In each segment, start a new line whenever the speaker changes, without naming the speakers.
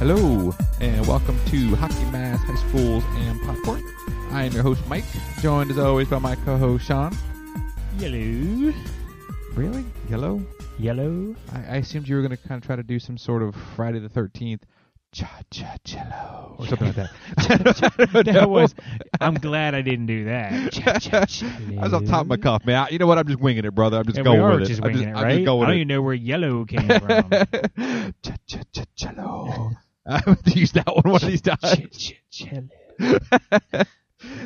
Hello, and welcome to Hockey Mass High Schools and Popcorn. I am your host, Mike, joined as always by my co host, Sean.
Yellow.
Really? Yellow?
Yellow.
I, I assumed you were going to kind of try to do some sort of Friday the 13th. Cha cha cello or something like that.
That was. I'm glad I didn't do that.
I was off the top of my cuff, man. I, you know what? I'm just winging it, brother. I'm just
And
going
we are
with
just
it. I'm just,
winging it,
I'm
right?
just going
I don't
with it.
even know where yellow came from.
cha cha cha cello. I have to use that one one of these times.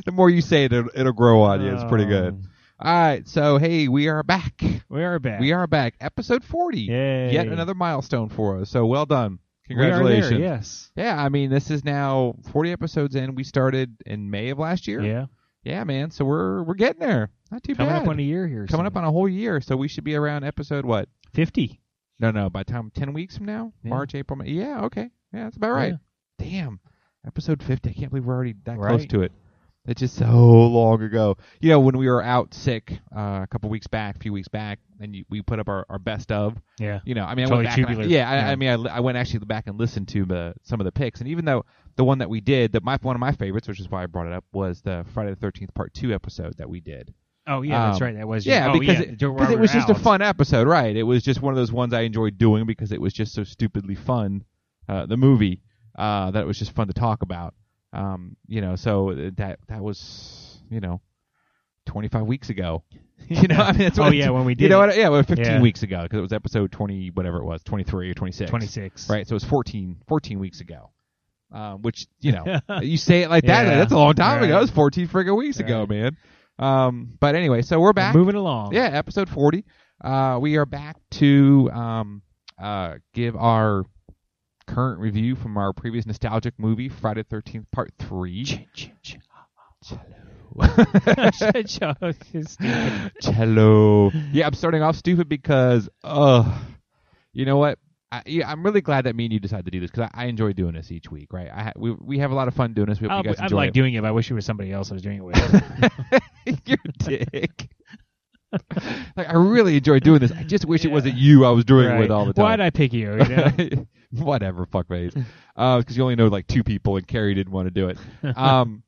the more you say it, it'll, it'll grow on you. It's pretty good.
Um,
All right, so hey, we are back.
We are back.
We are back. Episode 40.
Yay.
Yet another milestone for us. So well done.
We are there,
Congratulations.
yes.
Yeah, I mean, this is now 40 episodes in. We started in May of last year.
Yeah.
Yeah, man. So we're we're getting there. Not too
Coming
bad.
up on a year here.
Coming
soon.
up on a whole year, so we should be around episode what?
50.
No, no, by the time 10 weeks from now?
Yeah.
March, April, May. Yeah, okay. Yeah, that's about right. Damn. Episode 50. I can't believe we're already that close
Right.
to it. It's just so long ago. You know, when we were out sick uh, a couple weeks back, a few weeks back, and you, we put up our, our best of,
Yeah.
you know, I mean, I
Totally
went back and I-
tubular.
yeah, I, I
Yeah.
mean, I, li- I went actually back and listened to the, some of the picks, and even though the one that we did, that my one of my favorites, which is why I brought it up, was the Friday the Thirteenth Part Two episode that we did.
Oh, yeah, that's
Um,
right. That was
Yeah,
oh,
because
yeah,
it,
Joe
'cause it
Robert
was just a
Allen.
fun episode, right? It was just one of those ones I enjoyed doing because it was just so stupidly fun, uh, the movie, uh, that it was just fun to talk about. Um, you know, so that that was you know, 25 weeks ago. You know, I mean, that's
Oh,
what-
yeah, when we did
you know
it.
what? Yeah, well, 15
Yeah.
weeks ago because it was episode 20, whatever it was, 23 or 26.
26.
Right, so it was 14, 14 weeks ago. Um, which you know, you say it like that,
Yeah.
that's a long time ago.
Right.
That was 14 friggin' weeks ago, man. Um, but anyway, so we're back.
Moving along.
Yeah, episode 40. Uh, we are back to um, uh, give our current review from our previous nostalgic movie, Friday the 13th, Part 3.
Stupid.
Cello. Yeah, I'm starting off stupid because, uh, you know what? I, yeah, I'm really glad that me and you decided to do this because I, I enjoy doing this each week, right? I ha- we, we have a lot of fun doing this. We hope
I'll
you
be-
guys
I'm
enjoy
like
it.
doing it, but I wish it was somebody else I was doing it with.
Your dick. like, I really enjoy doing this. I just wish it wasn't you I was doing it
Right.
with all the time.
Why'd I pick you? you know?
Whatever, fuckface. Uh, because you only know like two people, and Carrie didn't want to do it. Um,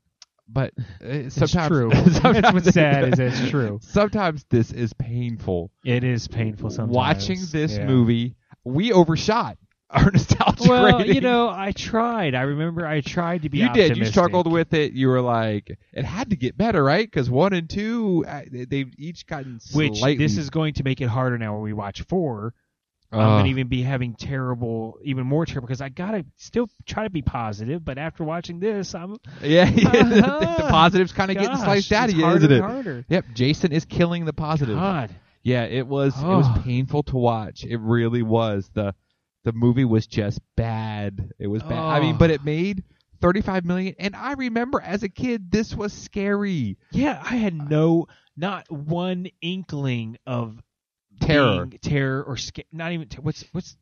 but uh, sometimes,
It's true.
sometimes
That's what's sad is it's true.
Sometimes this is painful.
It is painful sometimes.
Watching this
Yeah.
movie, we overshot our nostalgia
Well,
rating.
you know, I tried. I remember I tried to be.
You did. You
optimistic.
struggled with it. You were like, it had to get better, right? Because one and two, uh, they- they've each gotten
Which
slightly.
this is going to make it harder now when we watch four. I'm
Ugh.
gonna even be having terrible, even more terrible, because I gotta still try to be positive. But after watching this, I'm
yeah, yeah, the, the
Uh-huh.
positives kind of getting
gosh,
sliced out
it's
of you,
harder
isn't
and
it?
Harder.
Yep, Jason is killing the positive.
God,
Yeah, it was it was
Ugh.
painful to watch. It really was. The the movie was just bad. It was bad. I mean,
Ugh.
but it made 35 million and I remember as a kid this was scary.
yeah, I had no, not one inkling of
Terror.
being terror, or sca- not even ter- what's what's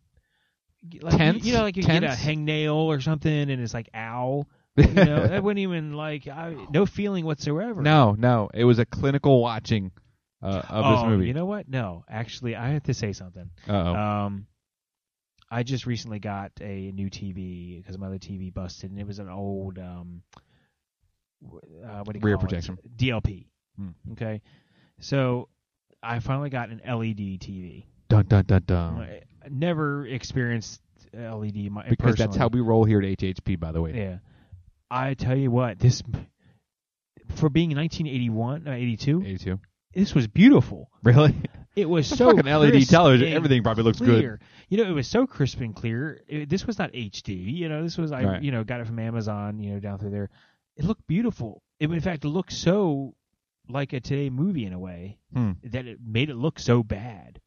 like,
Tense?
You, know, like you get a
Tense?
hangnail or something, and it's like ow. You know, that wouldn't even like I, no feeling whatsoever.
no, no. It was a clinical watching uh, of this
Oh,
movie. Oh.
You know what? No, actually, I have to say something.
Uh-oh.
Um, I just recently got a new TV because my other TV busted, and it was an old um, w- uh, what do you
Rear
call it?
projection.
DLP.
Hmm.
Okay, so I finally got an E LED TV.
dun dun dun dun.
I I never experienced LED my,
Because that's how we roll here at HHP by the way.
Yeah, I tell you what, this for being 1981, uh, 82,
82.
this was beautiful.
Really?
It was
It's
so
fucking LED
crisp
television.
and
Everything probably looks good.
clear. You know, it was so crisp and clear. It- this was not HD. You know, this was I
Right.
you know got it from Amazon. You know, down through there, it looked beautiful. It in fact looked so like a today movie in a way
Hmm.
that it made it look so bad.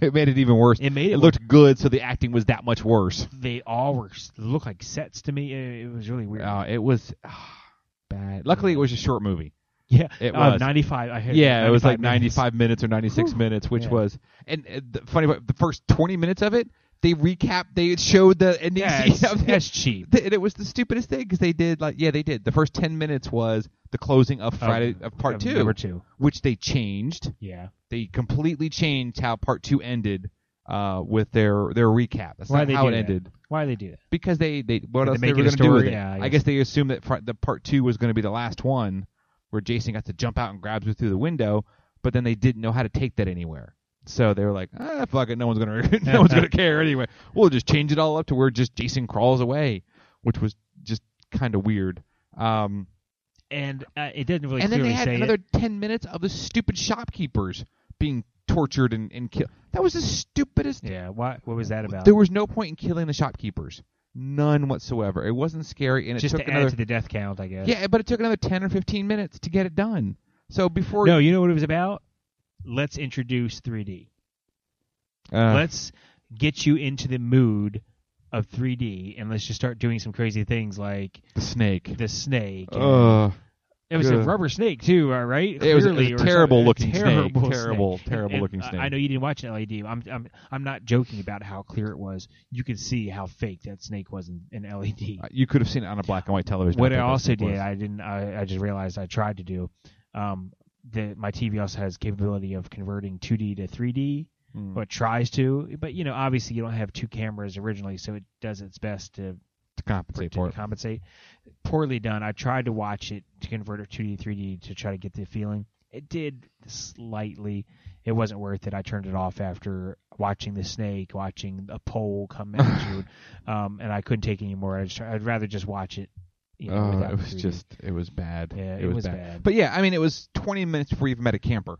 it made it even worse.
It made it,
It
look.
looked good, so the acting was that much worse.
They all were s- looked like sets to me. It, it was really weird.
Uh, it was ah, bad. Luckily, it was a short movie.
yeah,
it
Uh,
was.
95. I heard
Yeah, it was like
minutes.
95 minutes or 96
Whew.
minutes, which
Yeah.
was and uh, the, funny. But the first 20 minutes of it, they recapped. They showed the ending
Yeah,
scene
it's,
of the,
that's cheap.
the- and it was the stupidest thing because they did like yeah they did. The first 10 minutes was the closing of Friday of part
Of
two,
Number two.
which they changed.
Yeah.
They completely changed how part two ended uh, with their their recap. That's
Why
not
they
how
do
it
that?
ended
Why do they do that?
because they they what
Did they
else they
make
were
it
going to
a
do with
story?
it.
Yeah, I
I guess they assumed that fr- the part two was going to be the last one where Jason got to jump out and grabs her through the window, but then they didn't know how to take that anywhere. So they were like, ah, fuck it, no one's gonna no one's gonna care anyway. We'll just change it all up to where just Jason crawls away, which was just kind of weird. Um,
And uh, it didn't really
and then
clearly
they had
say
another
it.
ten minutes of the stupid shopkeepers being tortured and, and killed. That was the stupidest
Yeah, why, what was that about?
there was no point in killing the shopkeepers, none whatsoever. It wasn't scary, and it
Just
took
to add
another
to the death count, I guess.
yeah, but it took another ten or fifteen minutes to get it done. So before
No, you know what it was about? Let's introduce 3D.
uh,
let's get you into the mood of 3D and let's just start doing some crazy things like
the snake,
the snake. and-
Ugh.
it was a
good.
rubber snake too, all right?
it was, it was
Clearly,
a
or some-
terrible looking
terrible
snake, terrible, terrible
And
looking
I-
snake.
I know you didn't watch an LED. but I'm, I'm, I'm not joking about how clear it was. You can see how fake that snake was in, in LED.
Uh, you could have seen it on a black and white television.
what
how
I
bad that
also
snake
did,
was.
I didn't. I, I just realized I tried to do. Um, the, my TV also has capability of converting 2D to 3D,
Mm.
but tries to. But you know, obviously, you don't have two cameras originally, so it does its best to,
to compensate
to
for it.
compensate. Poorly done. I tried to watch it to convert it 2D, 3D to try to get the feeling. It did slightly. It wasn't worth it. I turned it off after watching the snake, watching a pole come at you, um, and I couldn't take it anymore. I just, I'd rather just watch it. You know,
Uh,
without
it
the
was
3D.
just, it was bad.
yeah,
it, was, bad.
bad.
But yeah, I mean, it was 20 minutes before you even met a camper,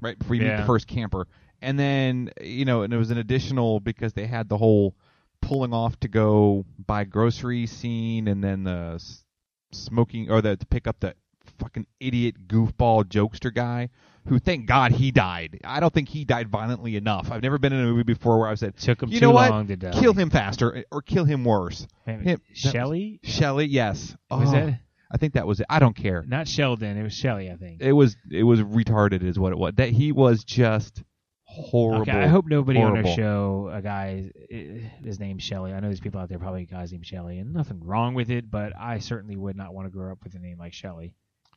right? Before you meet
Yeah.
the first camper, and then you know, and it was an additional because they had the whole pulling off to go buy groceries scene, and then the s- smoking or the to pick up the fucking idiot goofball jokester guy. Who? Thank God he died. I don't think he died violently enough. I've never been in a movie before where I've said,
Took him
"You
too
know what?
long to die.
Kill him faster, or kill him worse."
Man,
him. That-
Shelley?
Shelley, yes.
Was
Oh,
that
I think that was it. I don't care
not Sheldon? It was Shelley, I think.
it was it was retarded is what it was that he was just horrible
Okay, I hope nobody on
horrible.
our show, a guy, uh, his name's Shelly. I know there's people out there probably guys named Shelly, and nothing wrong with it, but I certainly would not want to grow up with a name like Shelly.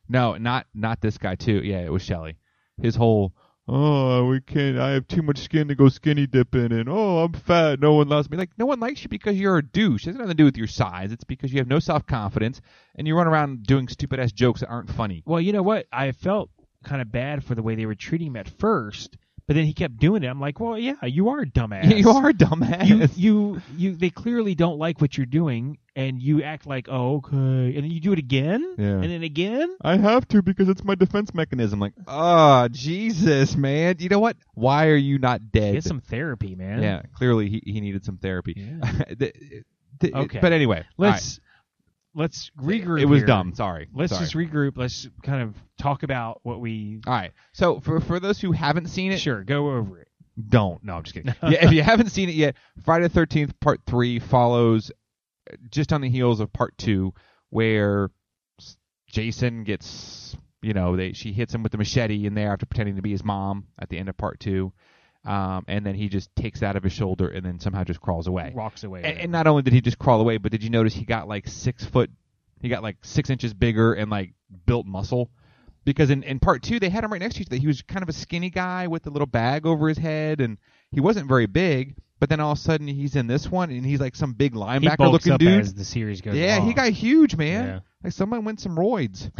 no not not this guy too yeah it was Shelley his whole oh we can't I have too much skin to go skinny dipping and oh I'm fat no one loves me like no one likes you because you're a douche it has nothing to do with your size it's because you have no self confidence and you run around doing stupid ass jokes that aren't funny
Well, you know what? I felt kind of bad for the way they were treating him at first, but then he kept doing it. I'm like, well, yeah, you are a dumbass.
you are a dumbass
You, you, you. They clearly don't like what you're doing, and you act like, oh, okay, and then you do it again,
Yeah.
and then again.
I have to because it's my defense mechanism like ah Jesus man you know what why are you not dead
Get some therapy, man.
Yeah, clearly he, he needed some therapy.
Yeah.
The- the-
Okay.
But anyway,
Let's let's
all right.
regroup.
It was
here.
dumb. Sorry.
Let's
Sorry.
just regroup. Let's kind of talk about what we.
all right. So for for those who haven't seen it,
Sure, go over it.
don't. No, I'm just kidding. yeah, if you haven't seen it yet, Friday the Thirteenth Part Three follows uh, just on the heels of Part Two, where s- Jason gets you know they she hits him with the machete in there after pretending to be his mom at the end of Part Two, um, and then he just takes it out of his shoulder and then somehow just crawls away.
Walks away.
And, and not only did he just crawl away, but did you notice he got like six foot? He got like six inches bigger and like built muscle. Because in, in part two, they had him right next to each other. He was kind of a skinny guy with a little bag over his head, and he wasn't very big. But then all of a sudden, he's in this one, and he's like some big
he
linebacker
bulks
looking
up
dude.
as the series goes.
Yeah, he
along.
got huge, man.
Yeah.
Like someone went some roids.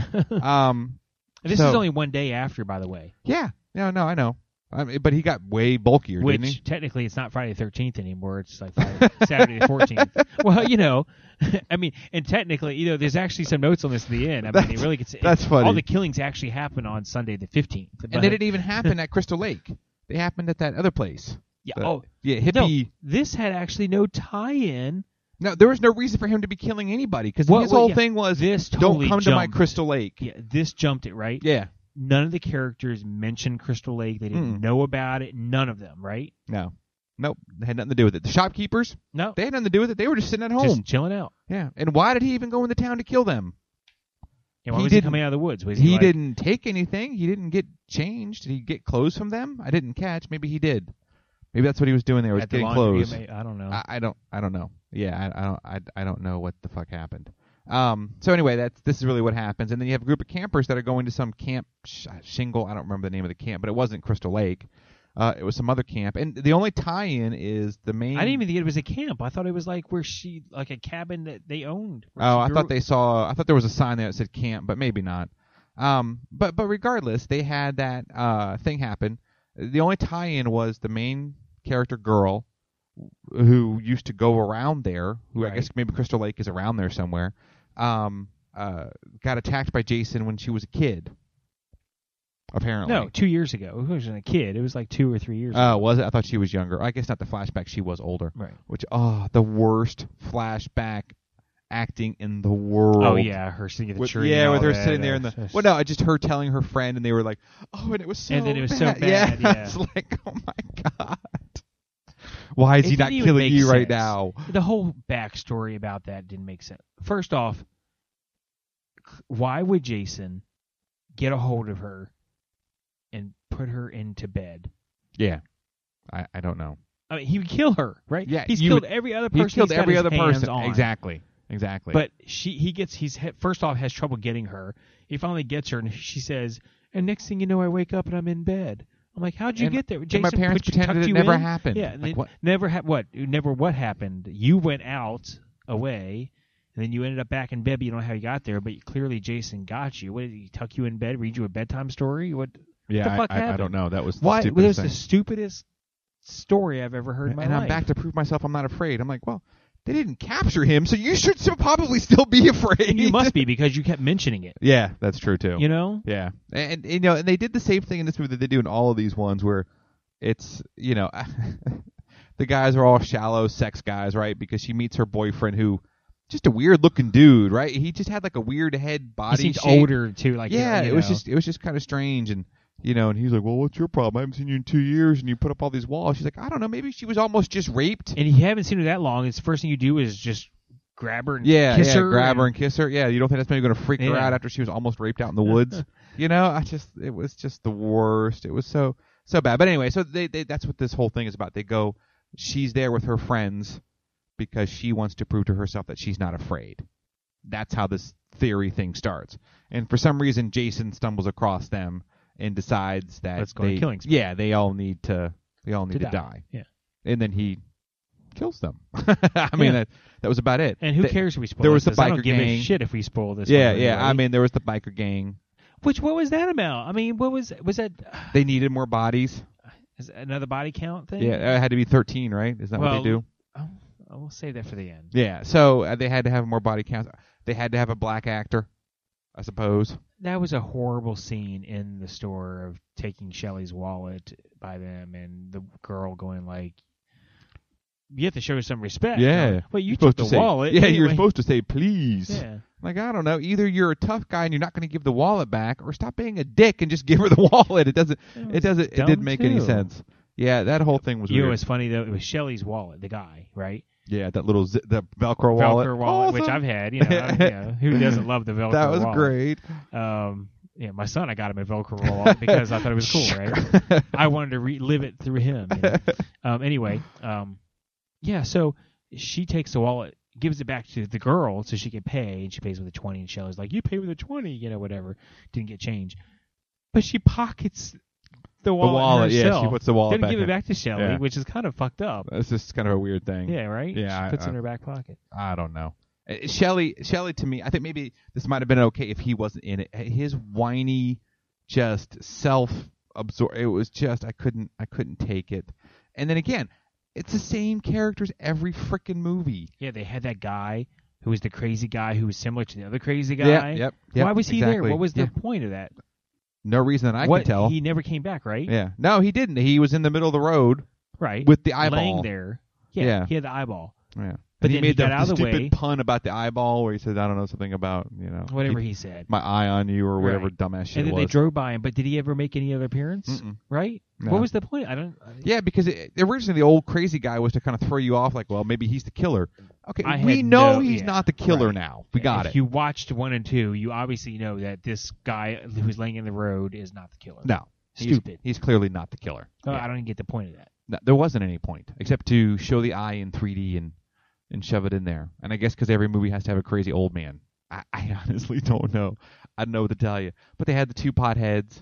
um,
And this
So-
is only one day after, by the way.
yeah, no, no, I know. I mean, but he got way bulkier,
Which
didn't he?
technically it's not Friday the thirteenth anymore. It's like Friday, Saturday the fourteenth. Well, you know, I mean, and technically, you know, there's actually some notes on this at the end. I mean,
That's-
it really gets
that's funny.
All the killings actually happen on Sunday the fifteenth.
And they didn't even happen at Crystal Lake. They happened at that other place.
Yeah.
the-
oh,
Yeah, hippie.
this had actually no tie-in.
No, there was no reason for him to be killing anybody because
Well,
his
well,
whole
yeah.
thing was
This
don't
totally
come to my
jumped.
Crystal Lake.
Yeah, this jumped it right.
Yeah.
none of the characters mentioned Crystal Lake. They didn't
Mm.
know about it. None of them, right?
No. Nope. It had nothing to do with it. The shopkeepers,
No,
they had nothing to do with it. They were just sitting at
just
home.
chilling out.
yeah. And why did he even go into town to kill them?
And why
He
was he
didn't-
coming out of the woods? Was
he
he, like,
didn't take anything. He didn't get changed. Did he get clothes from them? I didn't catch. Maybe he did. Maybe that's what he was doing there was
at the
getting
laundry,
clothes.
I don't know.
I, I don't I don't know. Yeah, I, I don't I, I don't know what the fuck happened. Um. So anyway, that's this is really what happens, and then you have a group of campers that are going to some camp sh- shingle. I don't remember the name of the camp, but it wasn't Crystal Lake. Uh, it was some other camp, and the only tie-in is the main.
I didn't even think it was a camp. I thought it was like where she, like a cabin that they owned. where
Oh,
she
I
grew-
thought they saw. I thought there was a sign there that said camp, but maybe not. Um, but but regardless, they had that uh thing happen. The only tie-in was the main character girl, who used to go around there. Who I
Right.
guess maybe Crystal Lake is around there somewhere. Um, uh, got attacked by Jason when she was a kid. Apparently,
No, two years ago. It wasn't a kid. It was like two or three years. ago.
Uh, was it? I thought she was younger. I guess not the flashback. She was older.
Right.
Which ah, the worst flashback acting in the world.
Oh yeah, her sitting at the
With-
tree.
yeah,
and
with
all
her
that.
sitting there in
Uh,
the. Well, no, I just heard telling her friend, and they were like, "Oh, and it was so."
And then it was so bad,
Yeah,
yeah.
it's like, oh my god. Why is
It
he not
didn't even
killing
make
you right
sense.
now?
the whole backstory about that didn't make sense. First off, why would Jason get a hold of her and put her into bed?
Yeah, I, I don't know.
I mean, he would kill her, right?
Yeah,
he's
you
killed every other person.
he killed
he's got
every
his
other
hands
person.
on.
Exactly, exactly.
But she, he gets, he's he- first off has trouble getting her. He finally gets her, and she says, "And next thing you know, I wake up and I'm in bed." I'm like, "How'd you
And-
get there?"
and
Jason
my parents
put you-
pretended
tucked
it
you
never
in?
happened.
Yeah,
Like,
and then
what?
never ha- what? Never what happened? You went out away, and then you ended up back in bed. But you don't know how you got there, but clearly Jason got you. What did he tuck you in bed? Read you a bedtime story? What?
yeah,
the fuck
I, I, I don't
happened?
know. That was
Why?
the
It was
stupidest
the
thing.
stupidest story I've ever heard in my
and
life.
I'm back to prove myself. I'm not afraid. I'm like, well, they didn't capture him, so you should still probably still be afraid.
and you must be because you kept mentioning it.
yeah, that's true too.
You know?
Yeah, and, and, you know, and they did the same thing in this movie that they do in all of these ones, where it's you know, the guys are all shallow sex guys, right? Because she meets her boyfriend, who just a weird looking dude, right? He just had like a weird head
He
body.
seems
shape.
older too. Like
yeah,
you
it was
know.
just it was just kind of strange, and you know, and he's like, well, what's your problem? I haven't seen you in two years, and you put up all these walls. She's like, I don't know, maybe she was almost just raped.
and you haven't seen her that long. It's the first thing you do is just grab her and
Yeah,
kiss
yeah,
her,
grab her and
and-
kiss her. Yeah, you don't think that's maybe going to freak her
Yeah.
out after she was almost raped out in the woods? you know, I just it was just the worst. It was so so bad. But anyway, so they, they that's what this whole thing is about. They go, she's there with her friends because she wants to prove to herself that she's not afraid. That's how this theory thing starts. And for some reason, Jason stumbles across them and decides that
Let's go on a
they,
killing spree.
yeah, they all need to they all need to,
To
die.
die. Yeah.
and then he kills them. I mean
Yeah.
that that was about it.
And who
They-
cares if we spoil
there was the
this? I
biker
don't give
gang.
a shit if we spoil this.
yeah,
movie,
yeah. I
right?
mean, there was the biker gang.
which what was that about? I mean, what was was that
They needed more bodies.
is that another body count thing?
Yeah, it had to be 13, right? Is that what
Well,
they do?
oh, oh, we'll save that for the end.
Yeah. So uh, they had to have more body counts. They had to have a black actor, I suppose.
That was a horrible scene in the store of taking Shelly's wallet by them and the girl going like, "You have to show some respect."
Yeah.
Well, you
You're
took
supposed
the
to say,
wallet.
Yeah, you're
anyway."
supposed to say please.
Yeah.
Like I don't know. Either you're a tough guy and you're not going to give the wallet back, or stop being a dick and just give her the wallet. It doesn't.
That
It
was
doesn't. It didn't
dumb,
make any
too.
sense. Yeah, that whole thing was
You know
weird.
what's funny though? It was Shelly's wallet, the guy, right?
yeah, that little zi- the Velcro wallet.
Velcro wallet, which
Awesome.
I've had. You know, I- you know, who doesn't love the Velcro?
that was
wallet?
great.
Um, yeah, my son, I got him a Velcro wallet because I thought it was cool, right? I wanted to relive it through him. you know? Um, anyway, um, yeah. So she takes the wallet, gives it back to the girl so she can pay, and she pays with a twenty. And Shelly's like, "You pay with a twenty, you know, whatever." Didn't get change, but she pockets the
the
wallet.
wallet.
herself.
Yeah, she puts the wallet
didn't
back.
give
in.
it back to Shelly,
Yeah.
which is kind of fucked up.
It's just kind of a weird thing.
Yeah, right.
Yeah, I-
she puts it
I-
in her back pocket.
I don't know. Uh, Shelley, Shelley, to me, I think maybe this might have been okay if he wasn't in it. His whiny, just self-absorbed. It was just I couldn't, I couldn't take it. And then again, it's the same characters every frickin' movie.
Yeah, they had that guy who was the crazy guy who was similar to the other crazy guy.
Yep, yep, yep,
Why was he
exactly.
there? What was the
Yeah.
point of that?
No reason that I
what,
can tell.
He never came back, right?
yeah, no, he didn't. He was in the middle of the road
Right.
with the eyeball.
laying there. Yeah,
Yeah.
He had the eyeball.
Yeah, and
But
he
then
made
he got
the,
out
the
of the
stupid
way.
pun about the eyeball where he says I don't know something about you know
Whatever
keep
he said.
my eye on you or whatever
Right.
dumbass shit
And
it
then
was.
they drove by him, but did he ever make any other appearance?
Mm-mm.
Right?
No.
What was the point? I don't. uh, I,
Yeah, because it, originally the old crazy guy was to kind of throw you off, like, well, maybe he's the killer. Okay,
I
we
had
know
no-
he's
yeah,
not the killer
right.
now. We got
if
it.
you watched one and two, you obviously know that this guy who's laying in the road is not the killer.
no, he's-
Stupid.
He's, clearly not the killer.
Oh,
Yeah.
I don't even get the point of that.
No, there wasn't any point except to show the eye in 3D and and shove it in there. And I guess because every movie has to have a crazy old man. I, I honestly don't know. I don't know what to tell you. But they had the two potheads.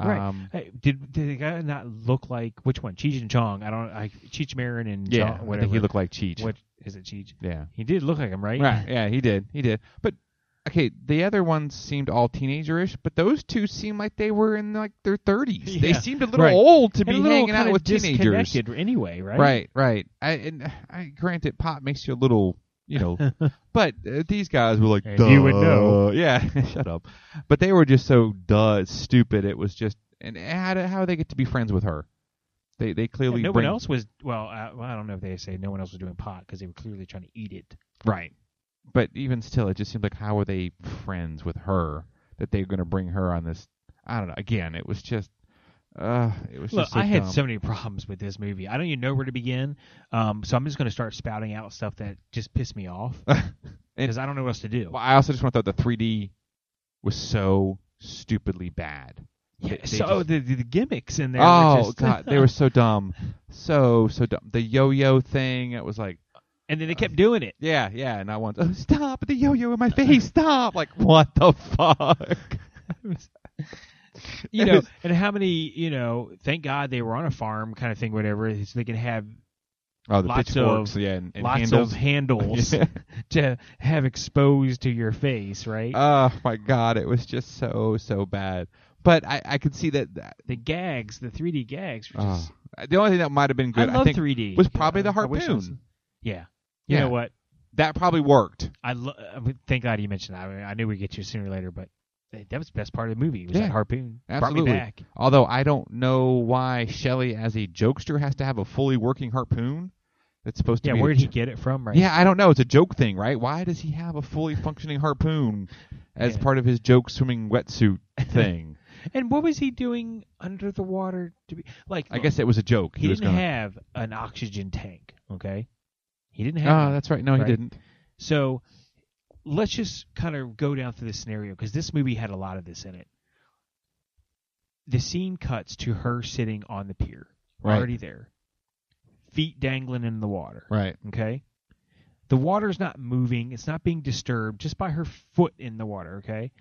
Right.
Um,
Hey, did did the guy not look like which one? Cheech and Chong. I don't. I Cheech Marin and
yeah,
Chong,
I
whatever.
think he looked like Cheech.
What is it? Cheech.
Yeah.
He did look like him, right?
Right. Yeah, he did. He did. But okay, the other ones seemed all teenagerish, but those two seemed like they were in like their thirties. They
Yeah.
seemed a little
Right.
old to
And
be
a little
hanging out
kinda
with teenagers.
disconnected anyway, right?
Right. Right. I, and I grant it, pop makes you a little, you know, but uh, these guys were like,
And
duh.
you would know.
Yeah, shut up. But they were just so duh, stupid. It was just, and how do, how do they get to be friends with her? They they
And
clearly
no
bring,
one else was. Well, uh, well, I don't know if they say no one else was doing pot because they were clearly trying to eat it.
Right. But even still, it just seemed like how are they friends with her that they're going to bring her on this? I don't know. Again, it was just, uh, it was
Look,
just. So
I had
dumb.
so many problems with this movie. I don't even know where to begin. Um, so I'm just going to start spouting out stuff that just pissed me off because I don't know what else to do.
Well, I also just want to throw the 3D was so stupidly bad.
Yeah,
They- they
so
just-
the, the the gimmicks in there. were
oh
just,
god, they were so dumb, so so dumb. The yo-yo thing, it was like,
and then they kept doing it.
yeah, yeah, and I once, oh stop, the yo-yo in my face, stop! Like what the fuck?
you know, and how many, you know, thank God they were on a farm kind of thing, whatever, so they can have
Oh, the
Lots
pitchforks,
of-
yeah, and, and
lots
handles.
of handles
Yeah.
to have exposed to your face, right?
Oh my god, it was just so so bad. But I I could see that, that
the gags, the 3D gags, were
oh.
just
the only thing that might have been good
I
I,
love
think
3D.
was probably the
I wish it was-
harpoon.
yeah, you
Yeah.
know what?
that probably worked.
I, lo- I mean, thank God you mentioned that. I, mean, I knew we'd get to it sooner or later, but that that was the best part of the movie. Was
Yeah.
that harpoon brought
Absolutely.
me back?
Although I don't know why Shelley as a jokester has to have a fully working harpoon. That's supposed to
Yeah,
be a
where did he
jo-
get it from? Right?
Yeah, I don't know. It's a joke thing, right? Why does he have a fully functioning harpoon as
Yeah.
part of his joke swimming wetsuit thing?
And what was he doing under the water? To be like,
I guess it was a joke.
he,
was
didn't
gonna-
have an oxygen tank. Okay, he didn't have.
Oh,
one.
that's right. No, he
Right.
didn't.
So let's just kind of go down through this scenario because this movie had a lot of this in it. The scene cuts to her sitting on the pier,
Right.
already there, feet dangling in the water.
Right.
Okay, the water's not moving; it's not being disturbed just by her foot in the water. Okay,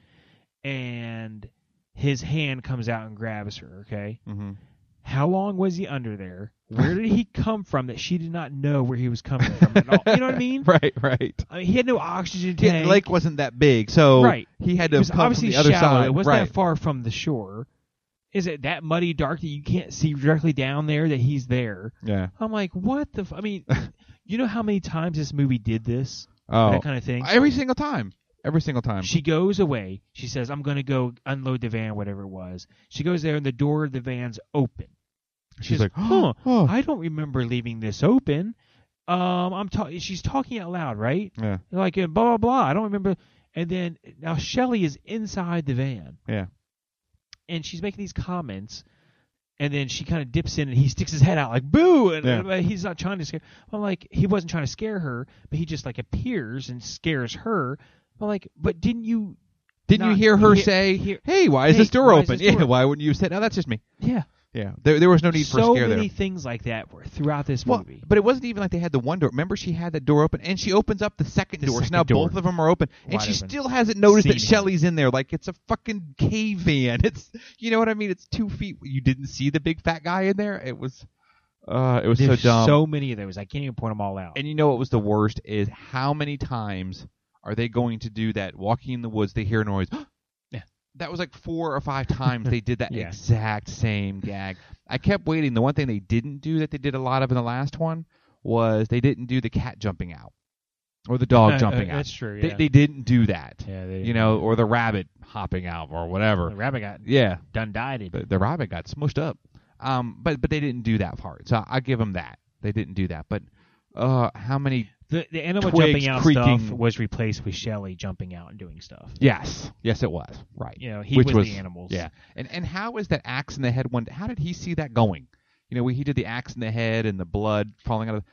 and his hand comes out and grabs her. Okay,
Mm-hmm.
how long was he under there? Where did he come from that she did not know where he was coming from at all? You know what I mean?
Right. Right.
I mean, he had no oxygen
Yeah,
tank.
the lake wasn't that big, so
Right.
he had
it
to
was
have come from
obviously
the other
shallow.
side.
It wasn't
right.
that far from the shore. Is it that muddy, dark that you can't see directly down there that he's there?
Yeah.
I'm like, what the? F-? I mean, you know how many times this movie did this,
Oh.
that kind of thing.
Every single time. Every single time.
She goes away. She says, "I'm gonna go unload the van, whatever it was." She goes there, and the door of the van's open.
She's
She's
like,
"Huh,
oh.
I don't remember leaving this open. Um, I'm talking. She's talking out loud, right?
yeah.
like uh, blah blah blah. I don't remember. And then now Shelly is inside the van.
Yeah.
And she's making these comments, and then she kind of dips in, and he sticks his head out like "boo," and
Yeah.
but he's not trying to scare. I'm like, he wasn't trying to scare her, but he just like appears and scares her. I'm like, but didn't you?
Didn't you
not
hear her
hear-
say,
hear-
"Hey, why is
Hey,
this door
why is
open?"
this door-
Yeah. Why wouldn't you have said? No, that's just me.
Yeah.
Yeah. There, there was no need for
so
a scare
many
there.
things like that were throughout this
Well,
movie.
but it wasn't even like they had the one door. Remember, she had that door open, and she opens up the second
The
door. so
second
now
door.
both of them are open, and
Wide
she
open.
still hasn't noticed
Seen
that
him.
Shelly's in there. Like it's a fucking cave van. It's you know what I mean. It's two feet. You didn't see the big fat guy in there. It was, uh, it was
There's
so dumb.
so many of those. I can't even point them all out.
And you know what was the worst is how many times are they going to do that? Walking in the woods, they hear a noise.
Yeah.
That was like four or five times they did that
Yeah.
exact same gag. I kept waiting. The one thing they didn't do that they did a lot of in the last one was they didn't do the cat jumping out or the dog
Uh, uh,
jumping out.
That's true.
They,
Yeah.
they didn't do that,
yeah, they,
you know, or the rabbit hopping out or
the
whatever.
rabbit got
Yeah,
done died. it.
the, the rabbit got smushed up. Um, but but they didn't do that part, so I, I give them that. They didn't do that. But uh, how many
The, the animal
twigs
jumping out
creaking.
stuff was replaced with Shelley jumping out and doing stuff.
Yes, yes, it was right.
You know, he
Which
was,
was-
the animals.
Yeah, and and how is that axe in the head one? How did he see that going? You know, we, he did the axe in the head and the blood falling out of.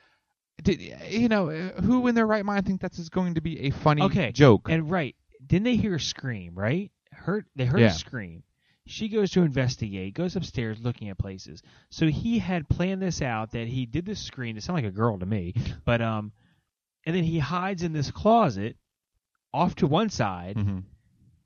Did you know uh, who in their right mind think that's is going to be a funny
Okay,
joke?
And right, didn't they hear a scream? Right, heard they heard
Yeah.
a scream. She goes to investigate, goes upstairs looking at places. So he had planned this out that he did this scream. It sounded like a girl to me, but um, and then he hides in this closet, off to one side,
Mhm.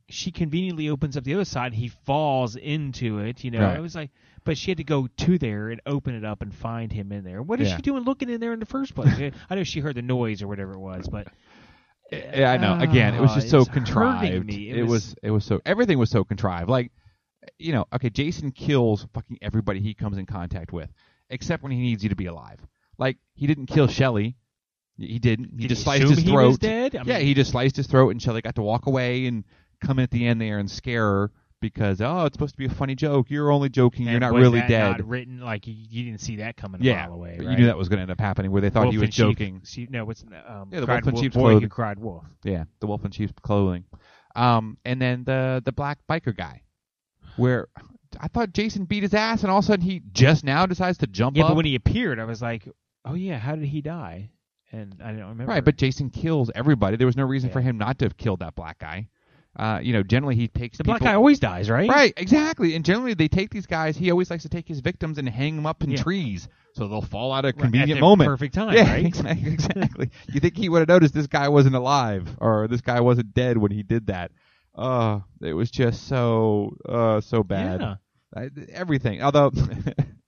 she conveniently opens up the other side. He falls into it. You know,
Right.
it was like, but she had to go to there and open it up and find him in there. What is
Yeah.
she doing looking in there in the first place? I know she heard the noise or whatever it was, but
Yeah, I know. Again, it was
Ah,
just so
it's hurting
contrived.
me.
It, was, it was so everything was so contrived. Like you know, okay, Jason kills fucking everybody he comes in contact with, except when he needs you to be alive. Like he didn't kill Shelly. He he didn't. He
did
just
you
sliced
assume
his
He was
throat.
dead. I
yeah,
mean,
he just sliced his throat and Shelly got to walk away and come in at the end there and scare her because oh, it's supposed to be a funny joke. You're only joking. You're
and
not
was
really
that
dead.
Not written like you, you didn't see that coming
yeah,
a mile away.
but
Right?
you knew that was going to end up happening where they thought
wolf
he was
in sheep-
joking.
sheep- no, what's um,
Yeah, the
cried
wolf in
wolf-
sheep's
boy who
clothing.
cried wolf.
Yeah, the wolf in sheep's clothing. Um, and then the the black biker guy, where I thought Jason beat his ass, and all of a sudden he just now decides to jump
Yeah,
up.
but when he appeared, I was like, oh yeah, how did he die? And I don't remember.
right, but Jason kills everybody. There was no reason
Yeah.
for him not to have killed that black guy. Uh, you know, generally he takes
the black
people-
guy always dies, right?
Right, exactly. And generally they take these guys. He always likes to take his victims and hang them up in
Yeah.
trees, so they'll fall out at a
Right, at
convenient
the
moment.
perfect time,
yeah,
right?
exactly. exactly. you think he would have noticed this guy wasn't alive or this guy wasn't dead when he did that? Uh, it was just so uh so bad.
Yeah.
I, everything. Although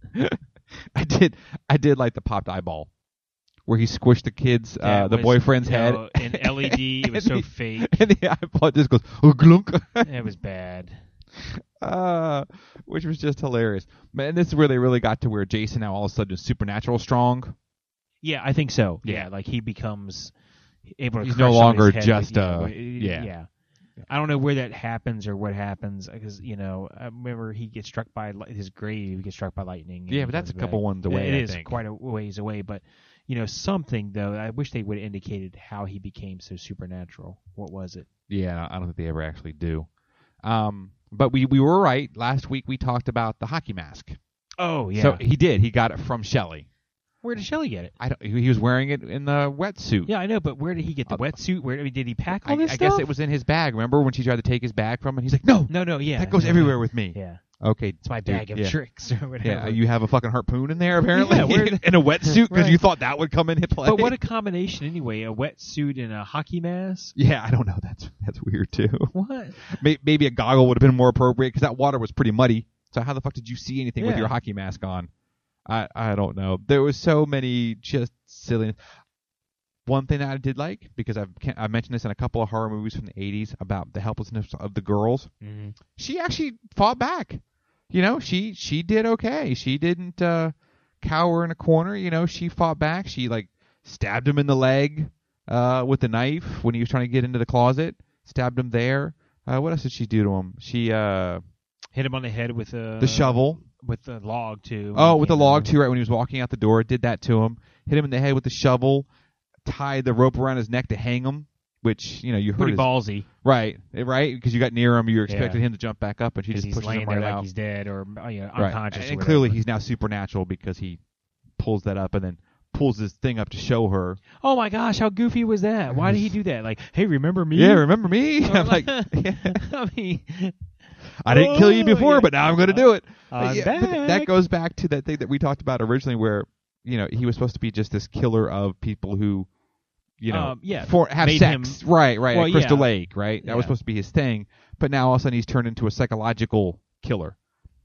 I did I did like the popped eyeball where he squished the kid's uh
That
the
was-
boyfriend's head
no, an LED. E It was so
And
fake.
and the eyeball just goes oh, glunk.
It was bad.
uh, which was just hilarious. Man, this is where they really got to where Jason now all of a sudden is supernatural strong.
Yeah, I think so.
Yeah.
Yeah, like he becomes able to.
He's
crush
no
somebody's
longer
head
just
with, you know,
a-
with-
yeah.
yeah. I don't know where that happens or what happens because you know I remember he gets struck by li- his grave gets struck by lightning. and
Yeah,
he
but that's a
comes
couple
back.
ones away.
It
I
is
think.
quite a ways away, but you know something though. I wish they would have indicated how he became so supernatural. What was it?
Yeah, I don't think they ever actually do. Um, but we we were right last week. We talked about the hockey mask.
Oh yeah.
So he did. He got it from Shelly.
where did Shelley get it?
I don't, he was wearing it in the wetsuit.
Yeah, I know, but where did he get the
Uh,
wetsuit? Where I mean, did he pack
I,
all this
I
stuff?
guess it was in his bag. Remember when she tried to take his bag from him? He's like, "No,
No, no, yeah.
that goes
no,
everywhere
no.
with me."
Yeah,
Okay,
it's my
dude,
bag of
yeah.
tricks or whatever.
Yeah, you have a fucking harpoon in there apparently,
Yeah, where the-
in a wetsuit because
Right.
you thought that would come in play.
but what a combination anyway! A wetsuit and a hockey mask.
Yeah, I don't know. That's that's weird too.
What?
May- Maybe a goggle would have been more appropriate because that water was pretty muddy. So how the fuck did you see anything with
Yeah.
your hockey mask on? I I don't know. There was so many just silliness. One thing that I did like because I've can I mentioned this in a couple of horror movies from the '80s about the helplessness of the girls.
Mm-hmm.
She actually fought back. You know, she she did okay. She didn't uh, cower in a corner. You know, she fought back. She like stabbed him in the leg uh, with the knife when he was trying to get into the closet. Stabbed him there. Uh, what else did she do to him? She uh,
Hit him on the head with a
the shovel.
with Uh, the log too. when
Oh,
he
with the
came
log
out.
too. Right when he was walking out the door, did that to him. Hit him in the head with the shovel. Tied the rope around his neck to hang him, which you know you heard
Pretty
his,
ballsy.
right, right, because you got near him, you were expecting him to jump back up, and she
'cause
just
he's
pushes
laying
him
there
right
like
out.
he's dead or uh, you know,
Right.
unconscious. or
And
whatever.
clearly, he's now supernatural because he pulls that up and then pulls this thing up to show her.
Oh my gosh, how goofy was that? Why did he do that? Like, hey, remember me?
Yeah, remember me?
Or
I'm like,
I mean,
I didn't kill you
Oh,
before,
yeah.
but now I'm going to do it.
I'm
Yeah, but th-
back.
that goes back to that thing that we talked about originally, where you know he was supposed to be just this killer of people who, you know,
Um, yeah,
for, have
made
sex, right, right,
Well,
at Crystal
yeah.
Lake, right. That was
Yeah.
supposed to be his thing, but now all of a sudden he's turned into a psychological killer,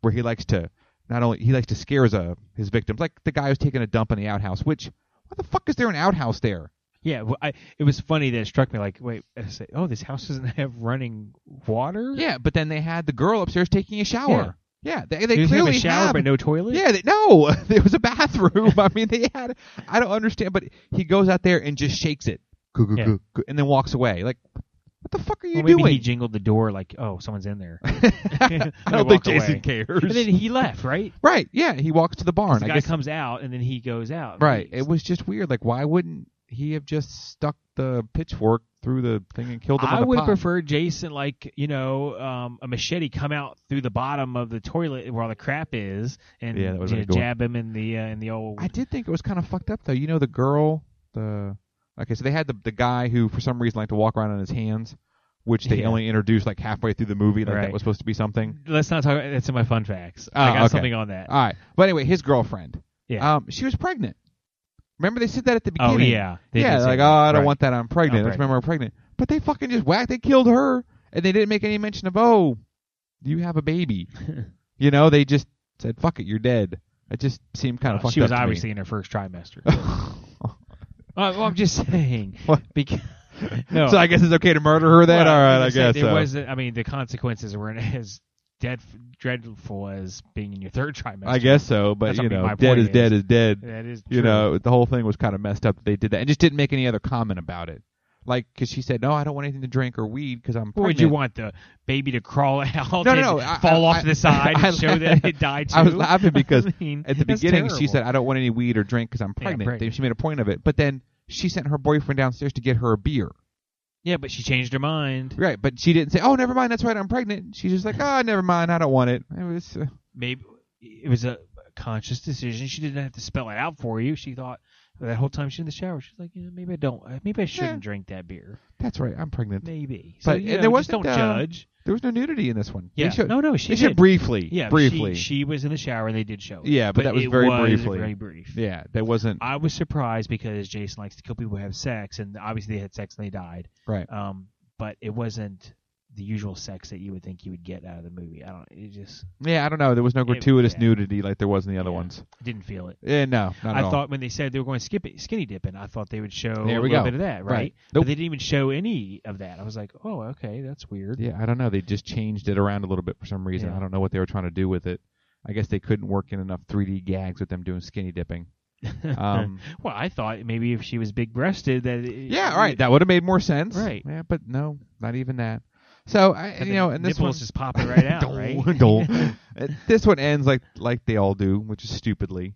where he likes to not only he likes to scare his, uh, his victims, like the guy who's taking a dump in the outhouse. Which why the fuck is there an outhouse there?
Yeah, well, I, it was funny that it struck me like, wait, I said, oh, this house doesn't have running water.
Yeah, but then they had the girl upstairs taking a shower. Yeah, they, they
They have
clearly
a shower
have
but no toilet.
Yeah, they, no, there was a bathroom. I mean, they had. I don't understand, but he goes out there and just shakes it, Goo, goo,
Yeah.
goo, goo, and then walks away. Like, what the fuck are you
Well, maybe he
doing?
jingled the door like, oh, someone's in there.
I don't think Jason
Away. And
cares.
then he left, right?
right? Yeah, he walks to the
'Cause
barn.
The
I
guy
guess.
comes out and then he goes out.
right. It was just weird. Like, why wouldn't he have just stuck the pitchfork through the thing and killed him?
I
with a
would
pot?
prefer Jason, like you know, um, a machete come out through the bottom of the toilet where all the crap is, and
Yeah, that would've been
you know,
a good one.
jab him in the uh, in the old.
I did think it was kind of fucked up though. You know the girl, the okay, so they had the the guy who for some reason liked to walk around on his hands, which they
Yeah.
only introduced like halfway through the movie, like that
Right.
was supposed to be something.
Let's not talk. That's in my fun facts.
Oh,
I got
okay.
something on that.
All right, but anyway, his girlfriend,
Yeah.
um, she was pregnant. Remember they said that at the
oh
beginning.
yeah. They
yeah,
did say
like
that.
oh, I don't
Right.
want that. I'm pregnant.
I'm
Let's remember I'm pregnant. But they fucking just whacked. They killed her, and they didn't make any mention of oh, you have a baby. you know, they just said fuck it, you're dead. It just seemed kind of
Well,
fucked
she was
up to me.
obviously in her first trimester. uh, well, I'm just saying
What?
because no.
So I guess it's okay to murder her then.
Well,
All right,
like
I
said,
guess. uh,
it
so.
wasn't. I mean, the consequences weren't as dead, dreadful as being in your third trimester.
I guess so, but
That's
you
what I mean,
know,
my
dead
point
is dead is dead.
that is
you
true.
know the whole thing was kind of messed up that they did that and just didn't make any other comment about it like because she said no i don't want anything to drink or weed because i'm
Or
pregnant.
would you want the baby to crawl out
No, no,
and
no, I-
fall
I-
off
I-
to the side
I
and show that it died too?
I was laughing because
I mean,
at the
that's
beginning she
terrible.
said i don't want any weed or drink because i'm
Yeah,
pregnant
pregnant.
she made a point of it but then she sent her boyfriend downstairs to get her a beer
Yeah, but she changed her mind.
right but she didn't say oh never mind that's right i'm pregnant she's just like oh never mind i don't want it it was uh,
Maybe it was a conscious decision. She didn't have to spell it out for you. She thought that whole time she was in the shower, she's like, you know, maybe I don't, uh, maybe I shouldn't
Yeah.
drink that beer.
that's right i'm pregnant
Maybe. So,
But, and
you know,
there
just
wasn't,
don't
uh,
judge.
there was no nudity in this one They
Yeah.
showed-
no, no, she
they
did.
should briefly
yeah,
briefly
She, she was in the shower and they did show. it.
Yeah, but that was
it
very
was
briefly.
Very brief.
yeah that wasn't
I was surprised because Jason likes to kill people who have sex, and obviously they had sex and they died.
right
Um, but it wasn't the usual sex that you would think you would get out of the movie. I don't. It just
yeah i don't know there was no gratuitous
yeah.
nudity like there was in the other
Yeah.
ones
didn't feel it.
yeah no not
I
at all.
thought when they said they were going skip it, skinny dipping, I thought they would show
There
a
we
little
go.
bit of that, right?
Right.
But
Nope.
they didn't even show any of that. I was like, oh, okay, that's weird.
Yeah, I don't know. They just changed it around a little bit for some reason.
Yeah.
I don't know what they were trying to do with it. I guess they couldn't work in enough 3D gags with them doing skinny dipping. Um,
well, I thought maybe if she was big breasted, that it,
yeah, all right. That would have made more sense.
Right.
Yeah, but no, not even that. So I,
but
you
the
know, and this
nipples
one
just popping right out,
Don't-
right?
don't. Uh, this one ends like like they all do, which is stupidly.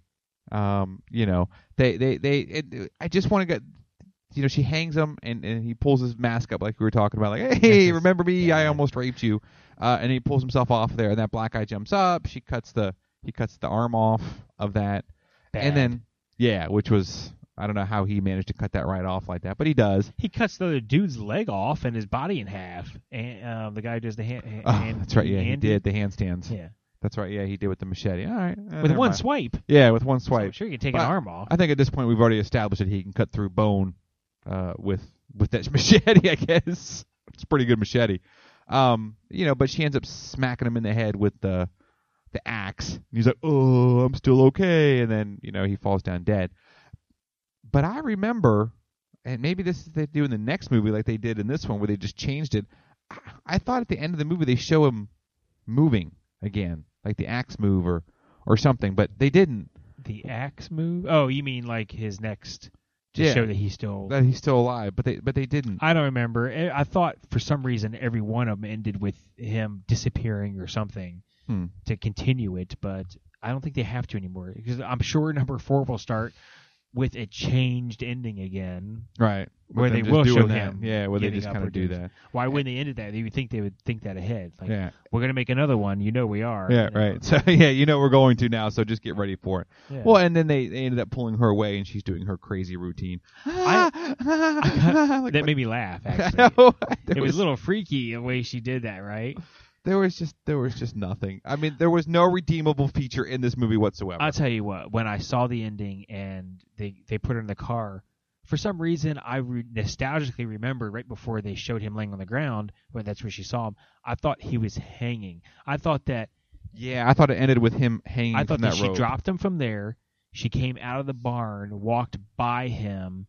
Um, you know, they they they. It, I just want to get. You know, she hangs him, and, and he pulls his mask up like we were talking about. Like, hey, remember me? I
Yeah.
almost raped you. Uh, and he pulls himself off there, and that black guy jumps up. She cuts the he cuts the arm off of that,
Bad.
and then yeah, which was I don't know how he managed to cut that right off like that, but he does.
he cuts the other dude's leg off and his body in half. And um, the guy who does the hand, hand,
Oh, that's right. Yeah, he did the handstands.
Yeah,
That's right. Yeah, he did with the machete. All right, uh,
with
never
one
mind.
swipe.
Yeah, with one
So I'm
swipe.
sure you can take
But-
an arm off.
I think at this point we've already established that he can cut through bone uh, with with that machete. I guess it's a pretty good machete. Um, you know, but she ends up smacking him in the head with the the axe. And he's like, "Oh, I'm still okay," and then you know he falls down dead. But I remember, and maybe this is they do in the next movie, like they did in this one, where they just changed it. I, I thought at the end of the movie they show him moving again, like the axe move or or something, but they didn't.
The axe move. Oh, you mean like his next to
Yeah.
show that he's still.
that he's still alive, but they but they didn't.
I don't remember. Eh, I I thought for some reason every one of them ended with him disappearing or something
Hmm.
to continue it, but I don't think they have to anymore because I'm sure number four will start with a changed ending again.
Right. With
Where
them
they
just
will
doing
show
that.
him
Yeah, where they
giving
just
up
kind
or
of do
doing
that.
Why, when they ended that, you would think they would think that ahead. Like,
Yeah.
we're gonna make another one. You know we are.
Yeah,
You know?
right. So yeah, you know we're going to now, so just get ready for it.
Yeah.
Well, and then they, they ended up pulling her away and she's doing her crazy routine.
I-
Like,
that
what-
made me laugh.
I
Actually,
know. there
it was
was,
a little freaky the way she did that, right?
there was just there was just nothing. I mean, there was no redeemable feature in this movie whatsoever.
I'll tell you what. When I saw the ending and they they put her in the car, for some reason I re- nostalgically remembered right before they showed him laying on the ground when that's where she saw him. I thought he was hanging. I thought that
yeah, I thought it ended with him hanging
I thought
from
that,
that,
she
rope.
dropped him from there. She came out of the barn, walked by him,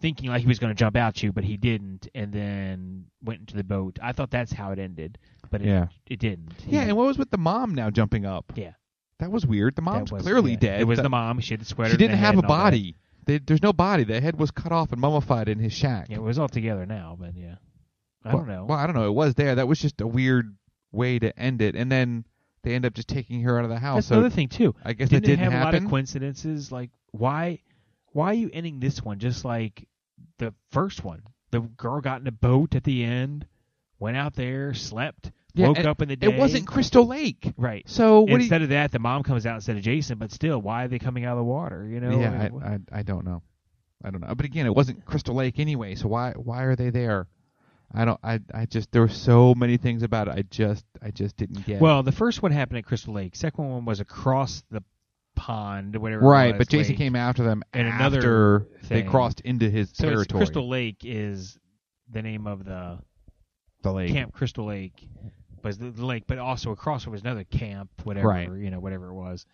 thinking like he was going to jump out you, but he didn't, and then went into the boat. I thought that's how it ended, but it,
Yeah.
it didn't.
Yeah, and what was with the mom now jumping up?
Yeah.
That was weird. The
That
mom's
was-
clearly
yeah.
dead.
It was
That-
the mom. She had the sweater.
She
and the
didn't have a
head and all that.
body. They, there's no body. The head was cut off and mummified in his shack.
Yeah, it was all together now, but yeah, I
Well-
don't know.
Well, I don't know. It was there. That was just a weird way to end it. And then they end up just taking her out of the house.
That's
so
another thing too.
I guess
Didn't
that
they
didn't
have a lot
happen.
of coincidences? Like why, why are you ending this one just like the first one? The girl got in a boat at the end, went out there, slept,
Yeah,
woke
and
up in the day.
it wasn't Crystal Lake.
right.
So what
instead of that, the mom comes out instead of Jason. But still, why are they coming out of the water? You
do
know?
you?
I
Yeah,
mean,
I, I I don't know. I don't know. But again, it wasn't Crystal Lake anyway. So why why are they there? I don't. I I just there were so many things about it. I just I just didn't get.
Well, the first one happened at Crystal Lake. Second one was across the pond, whatever. it
right.
was,
But Jason
lake.
came after them
And another
after they
thing.
crossed into his
So it's
territory.
Crystal Lake is the name of the
Crystal Lake.
Camp Crystal Lake was the, the lake, but also across it was another camp, whatever
Right.
you know, whatever it was.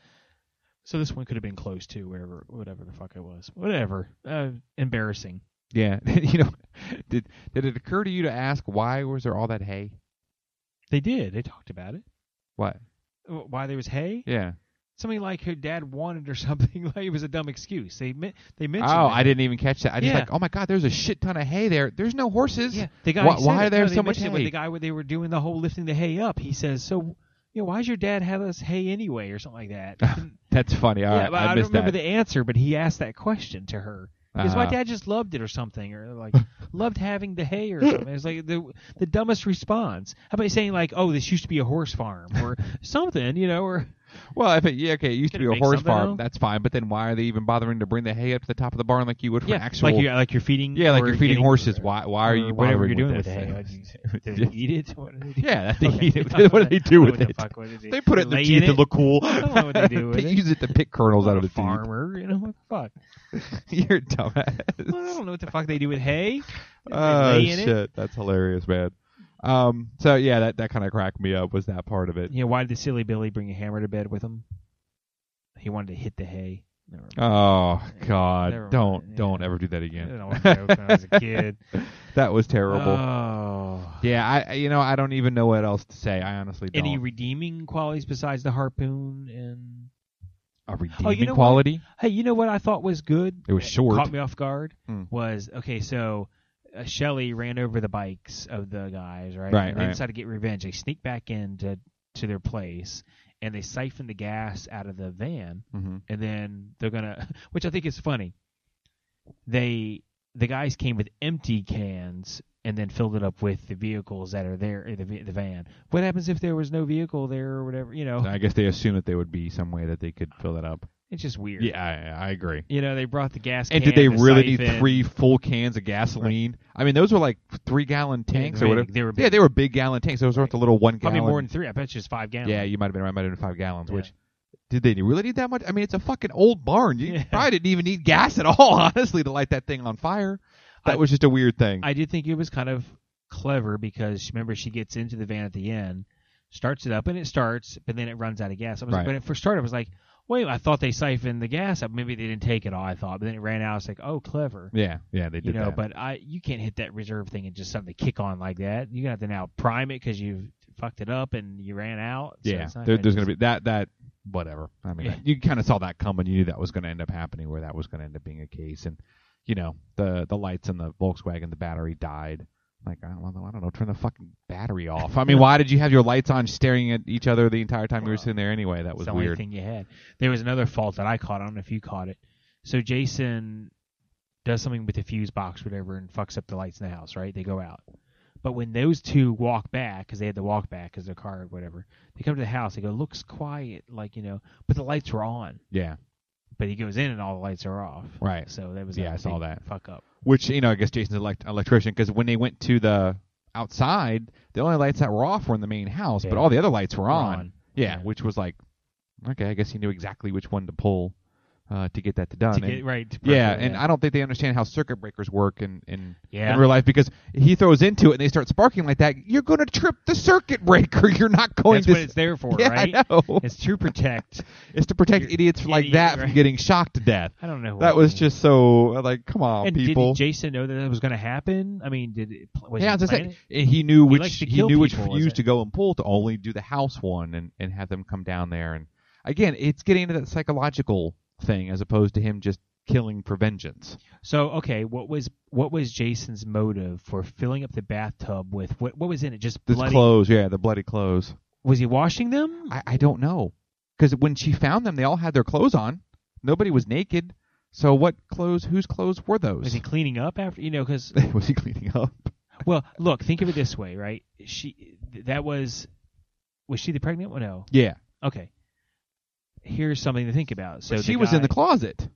So this one could have been close to whatever, whatever the fuck it was, whatever. Uh, embarrassing.
Yeah, you know, did did it occur to you to ask why was there all that hay?
They did. They talked about it.
What?
Wh- Why there was hay?
Yeah.
Something like her dad wanted or something. Like it was a dumb excuse. They men- they mentioned.
Oh,
it.
I didn't even catch that. I just
Yeah.
like, oh my god, there's a shit ton of hay there. There's no horses.
Yeah, the guy.
Why-
said
why
it.
are there
No,
so
they
much
mentioned it.
hay?
The guy where they were doing the whole lifting the hay up. He says, "So, you know, why does your dad have us hay anyway, or something like that?" And-
That's funny. All
yeah,
right,
but
I
don't
missed
remember
that.
the answer, but he asked that question to her. Because my
Uh-huh.
dad just loved it or something, or like loved having the hay or something. It's like the the dumbest response. How about saying like, "Oh, this used to be a horse farm" or something, you know? Or
Well, if it yeah, okay, it used to be
Could it
a
make
horse
something
farm.
out?
That's fine. But then why are they even bothering to bring the hay up to the top of the barn like you would for
yeah,
an actual?
like you like you're feeding.
yeah, like
or
you're feeding
getting-
horses. Why? Why are
or
you
whatever
bothering
you're doing
with
with
this?
hay? Like, Do they eat it? What do they do?
Yeah, that they
Okay.
eat it. What do they do
What
with
the
it?
fuck, what do they do?
They put it in the
Lay
teeth
it?
to look cool.
I don't know what they do with
They
it.
use it to pick kernels out
Not
of
a
the teeth.
farmer, you know what the fuck?
You're a
Well, I
dumbass.
don't know what the fuck they do with hay. They
oh
lay in
shit,
It.
that's hilarious, man. Um, so yeah, that that kind of cracked me up was that part of it.
You know, why did the silly Billy bring a hammer to bed with him? He wanted to hit the hay. Never mind.
Oh
Yeah, never
god,
mind,
don't
yeah.
don't ever do that
I
again.
don't know what joke when I was a kid.
That was terrible.
Oh.
yeah, I I- you know I don't even know what else to say. I honestly don't.
Any redeeming qualities besides the harpoon and
a redeeming
Oh, know what?
quality.
Hey, you know what I thought was good?
It was short.
Caught me off guard.
Hmm.
Was okay. So uh, Shelly ran over the bikes of the guys, right?
Right,
And they
right.
decided to get revenge. They sneak back into to their place and they siphon the gas out of the van,
hmm
and then they're gonna, which I think is funny. They the guys came with empty cans and then filled it up with the vehicles that are there in the v- the van. What happens if there was no vehicle there or whatever? You know,
I guess they assumed that there would be some way that they could fill that up.
it's just weird.
Yeah, I, I agree.
You know, they brought the gas.
And
can,
did they
the
really need
siphon.
three full cans of gasoline? I mean, those were like three gallon
Yeah,
tanks
they
or
were
whatever.
big- They were
Yeah,
big.
they were big gallon tanks. Those weren't the little one
probably
gallon.
more than three. I bet it's just five gallons.
yeah, you might have been right. Might have been five gallons.
Yeah.
Which did they really need that much? I mean, it's a fucking old barn. You
Yeah.
probably didn't even need gas at all, honestly, to light that thing on fire. That
I-
was just a weird thing.
I did think it was kind of clever because remember she gets into the van at the end, starts it up, and it starts, but then it runs out of gas. I was
Right.
like, but at first start, I was like, wait, I thought they siphoned the gas up. Maybe they didn't take it all. I thought, but then it ran out. I was like, oh, clever.
yeah, yeah, they
You
did
know,
that.
but I you can't hit that reserve thing and just something to kick on like that. You have to now prime it because you fucked it up and you ran out. So
yeah,
it's not
there,
gonna
there's
just-
going to be that that whatever. I mean,
Yeah.
you kind of saw that coming. You knew that was going to end up happening, where that was going to end up being a case, and you know the the lights in the Volkswagen, the battery died. Like I don't know, I don't know. Turn the fucking battery off. I mean, why did you have your lights on, staring at each other the entire time you were
Well,
sitting there anyway? That
It's
was
the
weird.
only thing you had. There was another fault that I caught. I don't know if you caught it. So Jason does something with the fuse box, whatever, and fucks up the lights in the house. Right? They go out. But when those two walk back, because they had to walk back because their car or whatever, they come to the house. They go, "Looks quiet," like you know, but the lights were on.
Yeah,
But he goes in and all the lights are off.
right.
So that was
Yeah,
a
I saw
big
that.
fuck up.
Which you know, I guess Jason's elect- electrician because when they went to the outside, the only lights that were off were in the main house, but
Yeah.
all the other lights were
Were
on. Yeah,
Yeah.
which was like, okay, I guess he knew exactly which one to pull uh, to get that to
on
done.
to
And-
get right. To
yeah,
perfect
and
that.
I don't think they understand how circuit breakers work in, in,
yeah,
in real life because he throws into it and they start sparking like that. You're going to trip the circuit breaker. You're not going
that's
to.
what it's there for,
yeah,
right?
I know.
It's to protect.
It's to protect
You're
idiots like
idiot,
that from
right?
getting shocked to death.
I don't know.
That
what
was
it
just so like, come on,
And
people.
did Jason know that that was going to happen? I mean, did it, pl- was
yeah, I
he
was just
planning
saying, and he knew which
likes to
he,
kill
knew which
people, is
fuse
it?
to go and pull to only do the house one and and have them come down there and again, it's getting into that psychological thing as opposed to him just killing for vengeance.
it? So okay, what was what was Jason's motive for filling up the bathtub with what what was in it? Just
The
bloody.
clothes, yeah, the bloody clothes.
Was he washing them?
I, I don't know. Because when she found them, they all had their clothes on. Nobody was naked. So what clothes? Whose clothes were those?
was he cleaning up after you know? Because
Was he cleaning up?
well, look, think of it this way, right? She that was was she the pregnant one? No.
Yeah.
Okay. Here's something to think about. So
But she
the
was in
guy-
the closet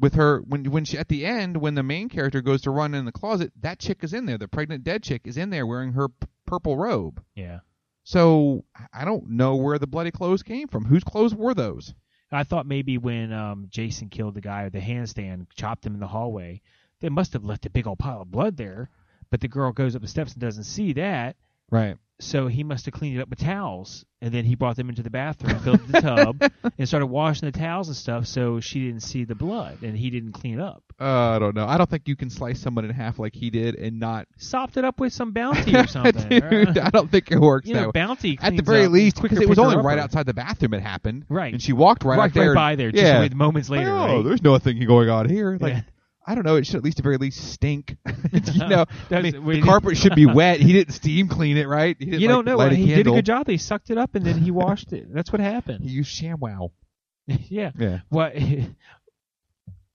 with her when when she at the end when the main character goes to run in the closet. That chick is in there. The pregnant dead chick is in there wearing her p- purple robe.
yeah.
So I- I don't know where the bloody clothes came from. Whose clothes were those?
I thought maybe when um, Jason killed the guy with the handstand, chopped him in the hallway, they must have left a big old pile of blood there. But the girl goes up the steps and doesn't see that,
Right.
so he must have cleaned it up with towels, and then he brought them into the bathroom, filled the tub, and started washing the towels and stuff. So she didn't see the blood, and he didn't clean it up.
Uh, I don't know. I don't think you can slice someone in half like he did and not.
Sopped it up with some bounty or something.
Dude, I don't think it works
you
that
know,
way.
bounty.
At the
cleans
very
up.
least,
Quicker
because it was only
picker-upper.
right outside the bathroom it happened,
Right.
and she walked right
Walked
out there.
right by there, just
yeah.
with moments later.
oh,
right?
there's nothing going on here. Like
Yeah.
I don't know. It should at least at the very least stink. you know, I
That's-
mean,
we
the
didn't-
carpet should be wet. He didn't steam clean it, right? He didn't,
you
like,
don't know.
light a
he did a
candle.
good job. They sucked it up and then he washed it. That's what happened.
He used ShamWow.
yeah.
Yeah.
What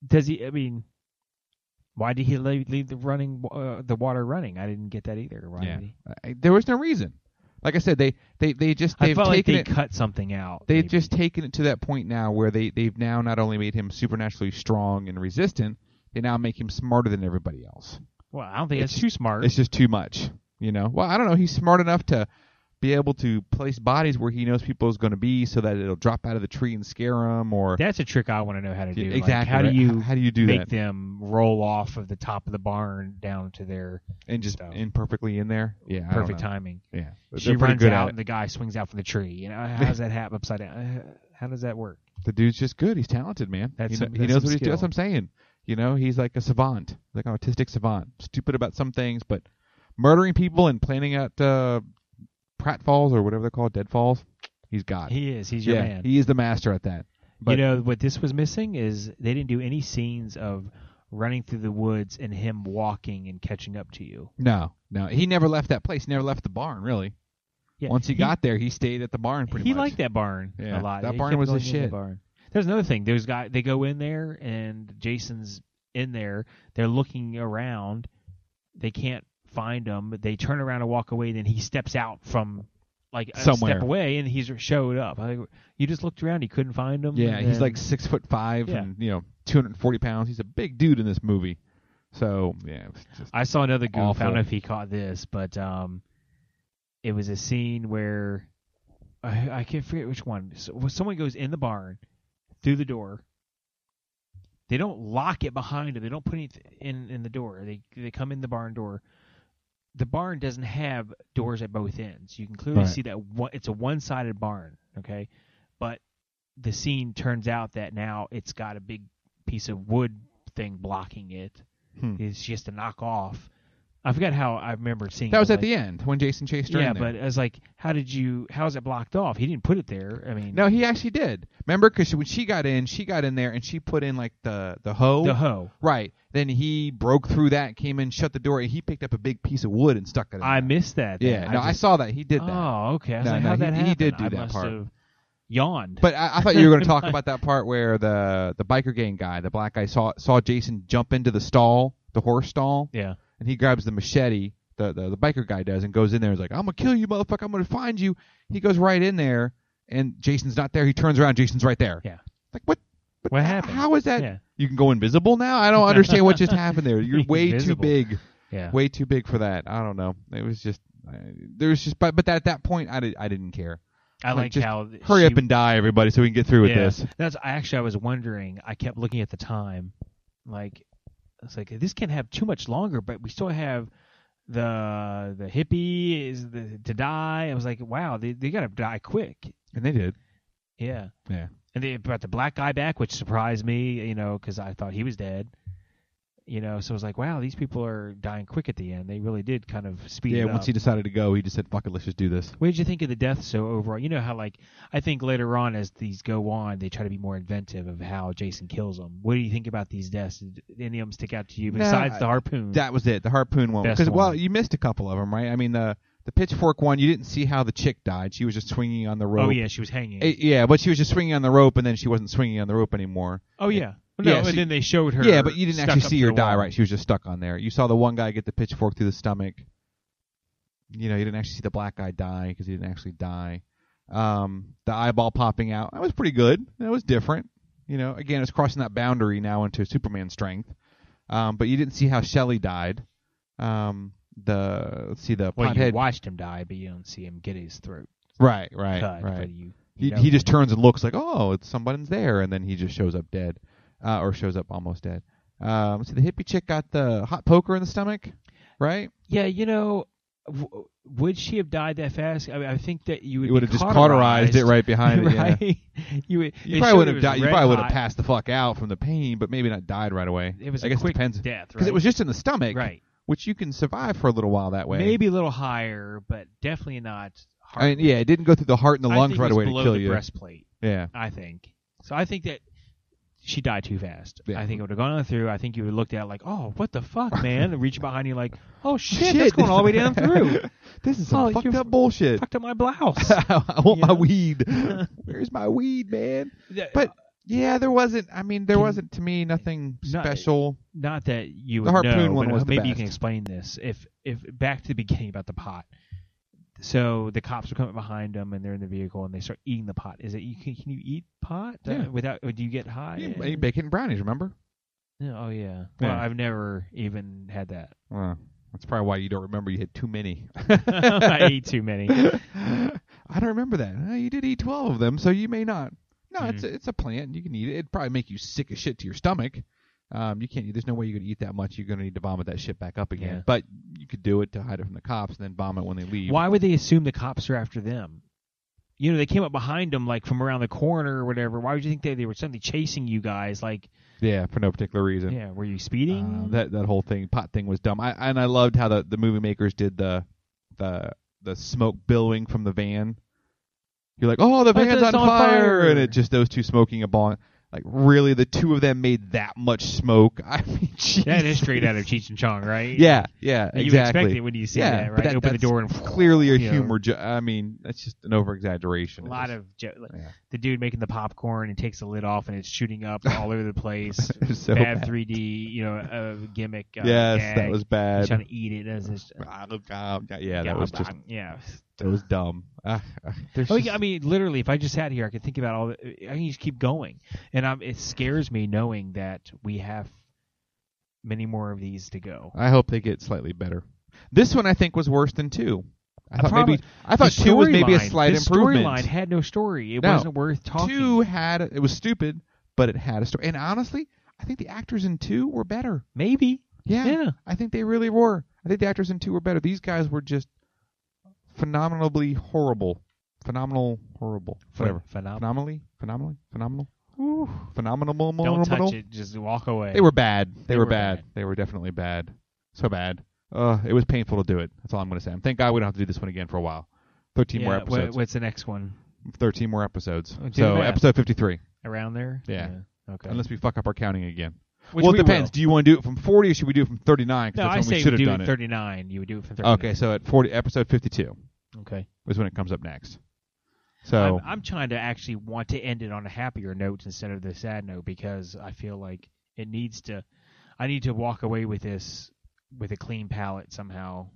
does he? I mean, why did he leave, leave the running uh, the water running? I didn't get that either. Why
Yeah.
did he?
I, there was no reason. Like I said, they they they just
I
they've
felt like
taken
they
it.
cut something out.
They've
maybe.
just taken it to that point now where they they've now not only made him supernaturally strong and resistant, they now make him smarter than everybody else.
Well, I don't think it's
it's-
too smart.
It's just too much, you know. Well, I don't know. He's smart enough to be able to place bodies where he knows people is going to be, so that it'll drop out of the tree and scare them, or
That's a trick I want to know how to do.
Yeah,
Like,
exactly.
how do
right?
you
how do you do
make
that
them roll off of the top of the barn down to their
and just
stuff?
in perfectly in there? Yeah, I don't
perfect
know.
timing?
Yeah, They're
she
pretty
runs
good
out
At
and the guy swings out from the tree. You know, how does that happen upside down? Uh, How does that work?
it. The dude's just good. He's talented, man.
That's
he, kn-
some-
he
that's
knows
some
what he's doing. That's
skill.
what I'm saying. You know, he's like a savant, like an autistic savant. Stupid about some things, but murdering people and planning out uh, pratfalls or whatever they're called, deadfalls. He's God.
He is. He's your
yeah,
man.
he is the master at that.
you
but-
know what this was missing is they didn't do any scenes of running through the woods and him walking and catching up to you.
No, no, he never left that place. He never left the barn, really.
Yeah,
Once he, got there, he stayed at the barn pretty
he
much.
liked that barn
Yeah,
a lot.
that
He
barn
kept
was
going
his
in that
shit.
barn. There's another thing. Those guys they go in there and Jason's in there. They're looking around. They can't find him. They turn around and walk away. Then he steps out from like a
Somewhere.
step away and he's showed up. I think you just looked around. You couldn't find him.
Yeah,
and
he's
then-
like six foot five
Yeah.
and you know two hundred and forty pounds. He's a big dude in this movie. So yeah, it's just
I saw another goof. I
Awful.
don't know if he caught this, but um, it was a scene where I, I can't forget which one. So, when someone goes in the barn through the door. They don't lock it behind them. They don't put it in in the door. They they come in the barn door. The barn doesn't have doors at both ends. You can clearly
Right.
see that one, it's a one sided barn. Okay, but the scene turns out that now it's got a big piece of wood thing blocking it
hmm.
is she has to knock off. I forgot how I remember seeing.
that was at
like,
the end when Jason chased her.
Yeah,
in there.
but I was like, how did you? How is it blocked off? He didn't put it there. I mean,
no, he actually did. Remember, because when she got in, she got in there and she put in like the the hoe.
the hoe.
Right. Then he broke through that, came in, shut the door, and he picked up a big piece of wood and stuck it. in
I
there.
missed that. then.
Yeah. no, I
just-
saw that. He did that.
Oh, okay. I was
No,
like,
no,
how
he-
that
he
happen?
did do
I
that
must
part.
have yawned.
But I, I thought you were going to talk about that part where the the biker gang guy, the black guy, saw saw Jason jump into the stall, the horse stall,
yeah,
and he grabs the machete. The, the the biker guy does and goes in there. and is like, I'm gonna kill you, motherfucker. I'm gonna find you. He goes right in there, and Jason's not there. He turns around. Jason's right there.
Yeah.
Like what? what-
What happened?
How is that?
yeah,
You can go invisible now. I don't understand what just happened there. You're way
Invisible.
too big.
yeah.
Way too big for that. I don't know. It was just. I, there was just. But but at that point, I did. I didn't care.
I
like,
like
just
how
Hurry
she,
up and die, everybody, so we can get through with
yeah.
this.
That's I actually I was wondering. I kept looking at the time, like it's like this can't have too much longer, but we still have the the hippie is the, to die. I was like, wow, they they gotta die quick.
And they did.
Yeah.
Yeah.
And they brought the black guy back, which surprised me, you know, because I thought he was dead. You know, so I was like, wow, these people are dying quick at the end. They really did kind of speed
Yeah,
it
once
up.
he decided to go, he just said, "Fuck it, let's just do this."
What did you think of the death so overall? You know how like I think later on as these go on, they try to be more inventive of how Jason kills them. What do you think about these deaths? Did any of them stick out to you
No,
besides
I-
the harpoon?
That was it, the harpoon one.
Best
Because well,
one.
you missed a couple of them, right? I mean, the the pitchfork one, you didn't see how the chick died. She was just swinging on the rope.
oh yeah, she was hanging.
Eh, yeah, but she was just swinging on the rope, and then she wasn't swinging on the rope anymore.
oh yeah.
it-
No,
yeah,
and
she-
then they showed her.
yeah, but you didn't
stuck
actually
up
see
to
her
the
die,
wall.
right? She was just stuck on there. You saw the one guy get the pitchfork through the stomach. You know, you didn't actually see the black guy die because he didn't actually die. Um, the eyeball popping out, that was pretty good. That was different. You know, again, it's crossing that boundary now into Superman strength. Um, but you didn't see how Shelley died. Um, the let's see the
Well, you
pothead.
watched him die, but you don't see him get his throat
Right, right,
cut.
right.
But you,
He,
you know
he just
that.
turns and looks like, oh, it's someone's there, and then he just shows up dead, uh, or shows up almost dead. Um, see, the hippie chick got the hot poker in the stomach, right?
Yeah, you know, w- would she have died that fast? I, mean, I think that you would.
You would have just cauterized it right behind it. Yeah.
right? you would.
You
they
probably
showed
would
it
have
was
died. You
red
probably would have
hot.
passed the fuck out from the pain, but maybe not died right away.
It was
I
a
guess
quick
it depends
death, right?
because it was just in the stomach,
right.
Which you can survive for a little while that way.
Maybe a little higher, but definitely not. Hard.
I mean, yeah, it didn't go through the heart and the
I
lungs
think
right
it was
away to
below
kill
the
you.
Breastplate,
Yeah,
I think. So I think that she died too fast.
Yeah.
I think it would have gone through. I think you would have looked at it like, oh, what the fuck, man? and reach behind you like, oh shit, that's going all the way down through.
this is some
Oh,
fucked
you're-
up bullshit.
Fucked up my blouse.
I want
You
my
know?
weed. Where's my weed, man? But Yeah, there wasn't. I mean, there
Can-
wasn't to me nothing
No,
special.
not that you would
The harpoon
know,
one
but
was the
maybe you
best.
can explain this. If if back to the beginning about the pot. So the cops are coming behind them, and they're in the vehicle, and they start eating the pot. Is it you can, can you eat pot uh,
Yeah.
without? Or do you get high?
You ate bacon and brownies, remember?
Yeah, Oh yeah. Well,
Yeah.
I've never even had that.
Uh, that's probably why you don't remember. You had too many.
I eat too many.
I don't remember that. Uh, you did eat twelve of them, so you may not. No, it's
Mm-hmm.
a, it's a plant. You can eat it. It'd probably make you sick as shit to your stomach. Um, you can't. There's no way you could eat that much. You're gonna need to vomit that shit back up again.
Yeah.
But you could do it to hide it from the cops, and then vomit when they leave.
Why would they assume the cops are after them? You know, they came up behind them like from around the corner or whatever. Why would you think they they were suddenly chasing you guys? Like,
Yeah, for no particular reason.
yeah, were you speeding?
Uh, that that whole thing pot thing was dumb. I and I loved how the, the movie makers did the the the smoke billowing from the van. You're like, oh, the
Oh, it's-
van's
it's
on,
on
fire.
fire.
and it just those two smoking a bong. Like really, the two of them made that much smoke. I mean, Jesus.
that is straight out of Cheech and Chong, right?
Yeah, yeah,
You
exactly.
expect it when you see
yeah,
that,
but
right?
that,
Open the
that's
door and
clearly a
you know,
humor. Ju- I mean, that's just an over exaggeration.
A lot of jo- like,
Yeah.
the dude making the popcorn and takes the lid off and it's shooting up all over the place.
so
bad,
bad.
3D, you know, uh, gimmick. Uh,
yes, that
gag.
was
He's
bad.
trying to eat it. That's just-
Yeah, that was just
yeah.
that was dumb. Ah, ah, there's
Oh,
just-
yeah, I mean, literally, if I just sat here, I could think about all. The, I can just keep going, and I'm, it scares me knowing that we have many more of these to go.
I hope they get slightly better. This one I think was worse than two. I
I
thought
probably-
maybe I thought
The
two was maybe a
storyline-
slight
the Storyline
improvement.
had no story. It
No.
wasn't worth talking.
Two had it was stupid, but it had a story. And honestly, I think the actors in two were better.
maybe.
Yeah,
Yeah.
I think they really were. I think the actors in two were better. These guys were just phenomenally horrible. Phenomenal, horrible, whatever.
Phenomenal.
Phenomenally, phenomenally, phenomenal, phenomenal, phenomenal.
Don't touch it. Just walk away.
They were bad. They,
They
were,
were
bad.
bad.
They were definitely bad. So bad. Uh, it was painful to do it. That's all I'm going to say. And thank God we don't have to do this one again for a while. 13 more
Yeah, what-
episodes.
what's the next one?
13 more episodes.
Oh, do
So
the math.
episode 53.
Around there?
Yeah.
Okay.
Unless we fuck up our counting again.
Which
well, it
we
depends.
will.
Do you want to do it from 40 or should we do it from 39? 'Cause
No,
that's
I
when we
say
should
we
have
do
done
it 39. You would do it from
it.
39.
Okay, so at 40, episode 52
Okay.
is when it comes up next. So
I'm, I'm trying to actually want to end it on a happier note instead of the sad note because I feel like it needs to. I need to walk away with this with a clean palate somehow,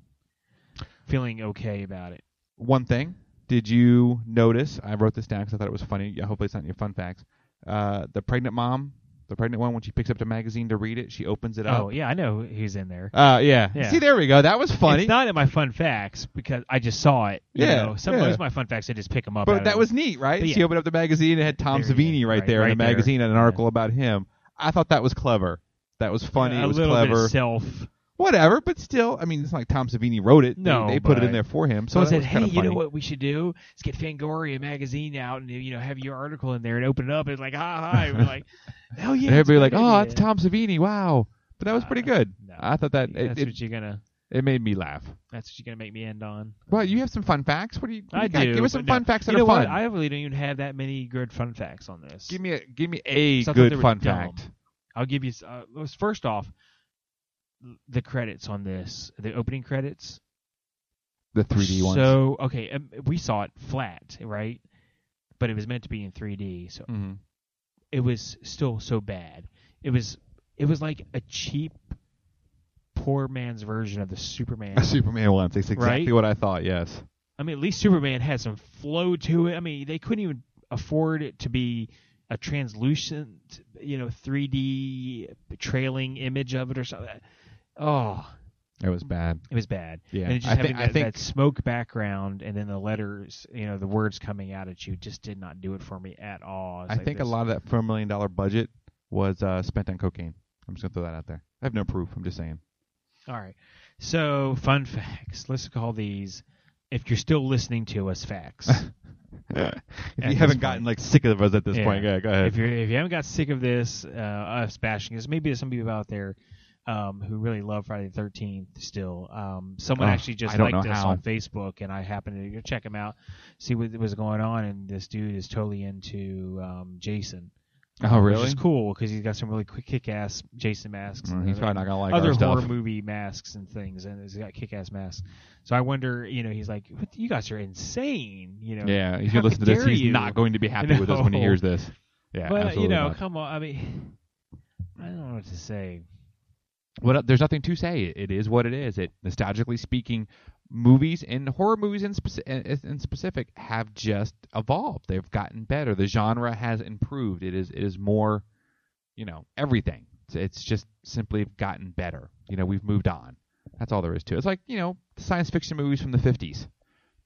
feeling okay about it.
one thing. Did you notice? I wrote this down because I thought it was funny. Yeah, Hopefully, it's not in your fun facts. Uh, the pregnant mom, the pregnant one, when she picks up the magazine to read it, she opens it up.
Oh yeah, I know who's in there.
Uh, yeah.
Yeah.
See, there we go. That was funny.
It's not in my fun facts because I just saw it. You
Yeah,
know, sometimes
yeah.
my fun facts I just pick them up. out
but
of
that
the-
was neat, right?
But
She
yeah.
opened up the magazine and had Tom
There you
Savini
go.
right,
Right-
there in
right
the
there.
magazine and an
Yeah.
article about him. I thought that was clever. That was funny.
a
it was
little bit of
clever.
self.
Whatever, but still, I mean, it's not like Tom Savini wrote it. They-
No,
they, put it in
but-
there for him. So
So I
that
said,
was
hey,
kind of
you
funny.
know what we should do? Let's get Fangoria magazine out and you know have your article in there and open it up and like ha ha. And we're like, hell yeah.
and
that's a
everybody like,
good
oh,
idea."
it's Tom Savini. Wow. But that was pretty
Uh,
good.
no.
I thought that it,
that's
it,
what you're gonna.
it made me laugh.
That's what you're gonna make me end on.
Well, you have some fun facts. What do you? what
I
you got?
do,
Give us
but
some
no.
fun facts that
you know
are fun.
what? I really don't even have that many good fun facts on this.
give me a give me a
Something that
good
was
fun
dumb.
fact.
I'll give you. s- Uh, let's- first off, the credits on this, the opening credits.
The 3D ones.
So okay, um, we saw it flat, right? But it was meant to be in 3D, so
Mhm.
it was still so bad. It was it was like a cheap, poor man's version of the Superman.
A Superman once. That's exactly
Right?
what I thought. Yes.
I mean, at least Superman had some flow to it. I mean, they couldn't even afford it to be a translucent, you know, 3D trailing image of it or something. Oh,
It was bad.
it was bad.
Yeah.
And it just
I,
having
think,
that,
I think
that smoke background and then the letters, you know, the words coming out at you just did not do it for me at all. It's
I
like
think a
this-
lot of that four million dollar budget was uh, spent on cocaine. I'm just gonna throw that out there. I have no proof. I'm just saying.
All right. So, fun facts. Let's call these, if you're still listening to us, facts.
if
At
you
this
haven't
point.
gotten like sick of us at this
Yeah.
point, yeah, go ahead.
if you if you haven't got sick of this, uh, us bashing this, maybe there's some people out there um, who really love Friday the Thirteenth still. Um, someone
Ugh,
actually just
I don't
liked
know
us
how.
on Facebook, and I happened to go check him out, see what was going on, and this dude is totally into um, Jason.
oh
Which
really?
is cool because he's got some really quick kick-ass Jason masks.
Mm,
and
he's
other-
probably not gonna like
other
our
horror
stuff.
movie masks and things, and he's got kick-ass masks. So I wonder, you know, he's like, what, "You guys are insane," you know.
Yeah, he's
How
gonna listen to
dare
this. He's
you?
not going to be happy with us when he
No.
hears this. Yeah,
but
absolutely
you know,
not.
come on. I mean, I don't know what to say.
what there's nothing to say. It is what it is. It nostalgically speaking, movies and horror movies in, speci- in in specific have just evolved. They've gotten better. The genre has improved. It is it is more, you know, everything. It's, it's just simply gotten better. You know, we've moved on. That's all there is to it. It's like you know, science fiction movies from the 50s.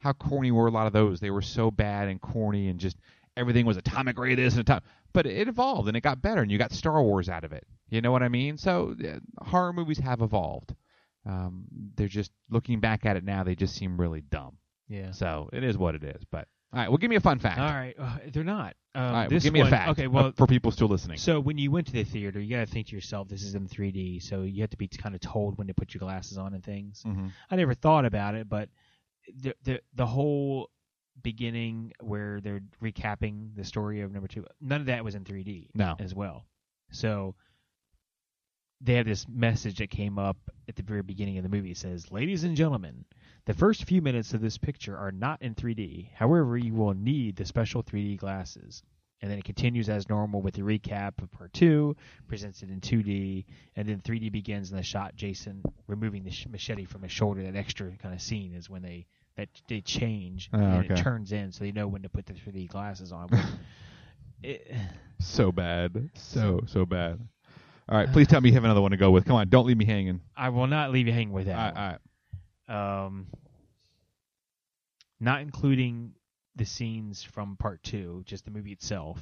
How corny were a lot of those? They were so bad and corny and just everything was atomic ray this and atomic. But it evolved and it got better, and you got Star Wars out of it. You know what I mean? So uh, horror movies have evolved. Um, they're just looking back at it now; they just seem really dumb.
Yeah.
So it is what it is. But all right, well, give me a fun fact.
All right, uh, they're not. Um,
All right, well,
this
give me
one,
a fact.
Okay,
uh,
well,
for people still listening.
so when you went to the theater, you gotta think to yourself, this is in 3D, so you have to be kind of told when to put your glasses on and things.
hmm
I never thought about it, but the the the whole beginning where they're recapping the story of number two, none of that was in 3D
No.
as well. So they have this message that came up at the very beginning of the movie. It says, "Ladies and gentlemen, the first few minutes of this picture are not in 3D. However, you will need the special 3D glasses." And then it continues as normal with the recap of part two, presented in 2D, and then 3D begins in the shot. Jason removing the sh- machete from his shoulder. That extra kind of scene is when they that they change
Oh,
and it
okay.
turns in, so they know when to put the 3D glasses on. It-
So bad, so so bad. All right, please tell me you have another one to go with. Come on, don't leave me hanging.
I will not leave you hanging with
All right,
that.
all right.
um, not including the scenes from part two, just the movie itself.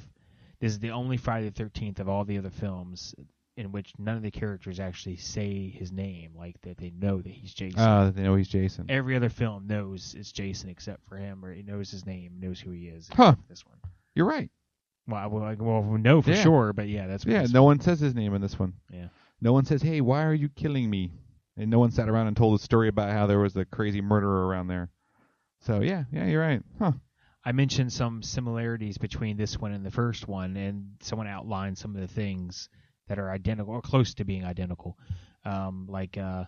This is the only Friday the Thirteenth of all the other films in which none of the characters actually say his name, like that they know that he's Jason.
Uh, they know he's Jason.
Every other film knows it's Jason except for him, or he knows his name, knows who he is.
Huh.
except for This one.
You're right.
Well, I- well, I- well, we know for
Yeah.
sure, but yeah, that's what
Yeah,
this-
no one says his name in this one.
Yeah.
No one says, "Hey, why are you killing me?" And no one sat around and told a story about how there was a crazy murderer around there. So yeah, yeah, you're right. Huh.
I mentioned some similarities between this one and the first one, and someone outlined some of the things that are identical or close to being identical, um, like uh,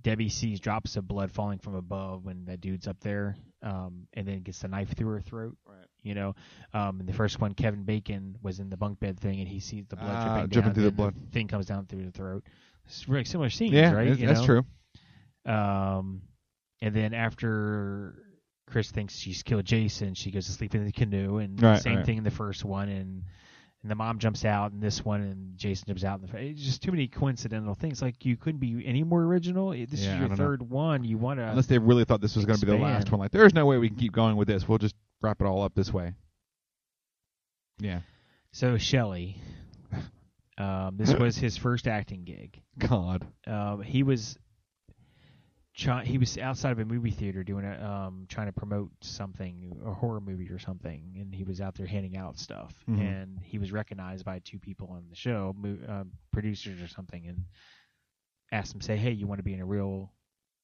Debbie sees drops of blood falling from above when that dude's up there, um, and then gets the knife through her throat.
Right.
You know, um, in the first one, Kevin Bacon was in the bunk bed thing, and he sees the blood
Ah,
dripping,
dripping
down,
through the
then Thing comes down through the throat. It's really similar scenes,
Yeah,
right?
that's,
You
that's
know?
true.
Um, and then after Chris thinks she's killed Jason, she goes to sleep in the canoe, and
Right,
same
right.
thing in the first one, and and the mom jumps out in this one, and Jason jumps out in the. fir- It's just too many coincidental things. Like you couldn't be any more original. It- This
Yeah, I
is your
don't know.
third one. You want to?
Unless they really thought this was going to be the last
expand.
one. Like, there's no way we can keep going with this. We'll just wrap it all up this way. Yeah.
So Shelley, um, this was his first acting gig.
God.
um, he was try- he was outside of a movie theater doing a um, trying to promote something a horror movie or something and he was out there handing out stuff
Mhm.
and he was recognized by two people on the show mo- um, producers or something and asked them say hey you want to be in a real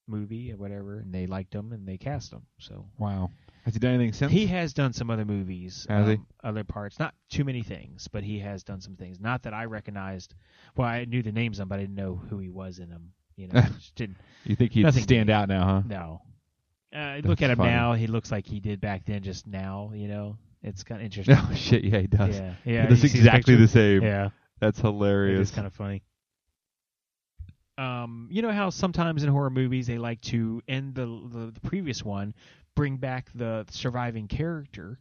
movie or whatever and they liked him and they cast him so
Wow. Has he done anything since?
he has done some other movies, um,
Has he?
other parts, not too many things, but he has done some things. Not that I recognized. Well, I knew the names of them, but I didn't know who he was in them. You know, just didn't.
you think he'd
Nothing.
stand out now, huh?
No, uh, look
That's
at him
funny.
now. He looks like he did back then. Just now, you know, it's kind of interesting.
No Oh, shit. Yeah, he does.
yeah, yeah,
That's
you see his
exactly
picture?
the same.
Yeah,
That's hilarious.
it's kind of funny. Um, you know how sometimes in horror movies they like to end the the, the previous one, bring back the surviving character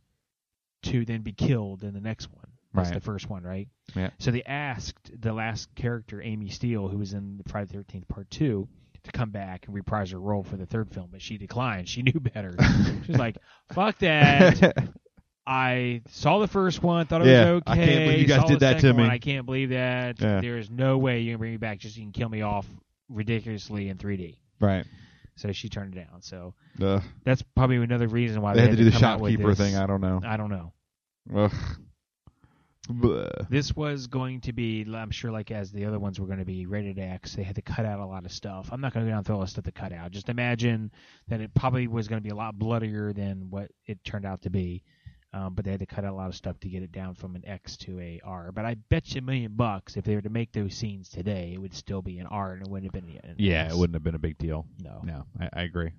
to then be killed in the next one. That's
Right.
the first one, right?
Yeah.
So they asked the last character, Amy Steele, who was in the Friday the Thirteenth Part Two, to come back and reprise her role for the third film, but she declined. She knew better. she was like, "Fuck that! I saw the first one, thought it
Yeah,
was okay.
I can't believe you guys
saw
did
the
that to
second
me.
One, I can't believe that.
Yeah.
There is no way you can bring me back just so you can kill me off ridiculously in 3D.
Right.
So she turned it down. So
Ugh.
that's probably another reason why
They had to do the
come out with
shopkeeper
this.
thing. I don't know.
I don't know.
Ugh. Bleh.
This was going to be, I'm sure, like as the other ones were going to be rated X. They had to cut out a lot of stuff. I'm not going to go down through all the stuff to cut out. Just imagine that it probably was going to be a lot bloodier than what it turned out to be. Um, but they had to cut out a lot of stuff to get it down from an X to a R. But I bet you a million bucks if they were to make those scenes today, it would still be an R and it wouldn't have been. An
Yeah,
X.
it wouldn't have been a big deal.
No.
No, I, I agree.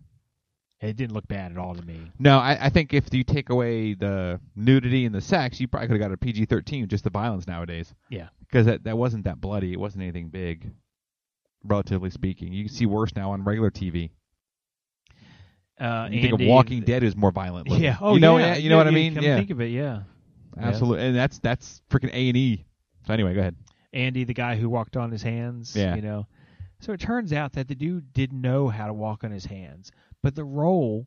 it didn't look bad at all to me.
No, I, I think if you take away the nudity and the sex, you probably could have got a PG thirteen. Just the violence nowadays.
Yeah.
because that that wasn't that bloody. It wasn't anything big, relatively speaking. You can see worse now on regular TV.
Uh,
You think of
Andy
Walking
and-
Dead is more violent. looking.
Yeah. Oh,
you know,
yeah.
you know what I mean.
Come
Yeah,
Think of it. Yeah. yeah.
absolutely. And that's that's freaking A and E. So anyway, go ahead.
Andy, the guy who walked on his hands.
Yeah.
You know. So it turns out that the dude didn't know how to walk on his hands, but the role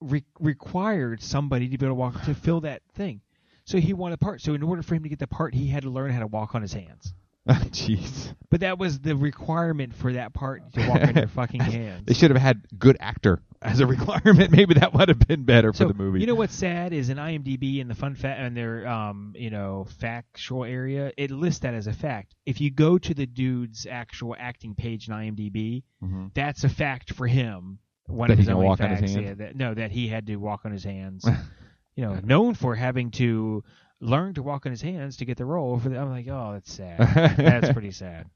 re- required somebody to be able to walk to fill that thing. So he won a part. So in order for him to get the part, he had to learn how to walk on his hands.
Jeez,
But that was the requirement for that part to walk on your fucking
they
hands.
should have had good actor as a requirement. Maybe that would have been better
So
for the movie.
you know what's sad is in IMDb and the fun fact and their um you know factual area it lists that as a fact. If you go to the dude's actual acting page in IMDb,
Mhm.
that's a fact for him. One
That
of
he
his
can
only
walk on his
facts,
hands?
yeah, that, no, that he had to walk on his hands. you know, known for having to learn to walk on his hands to get the role. For the, I'm like, oh, that's sad. that's pretty sad.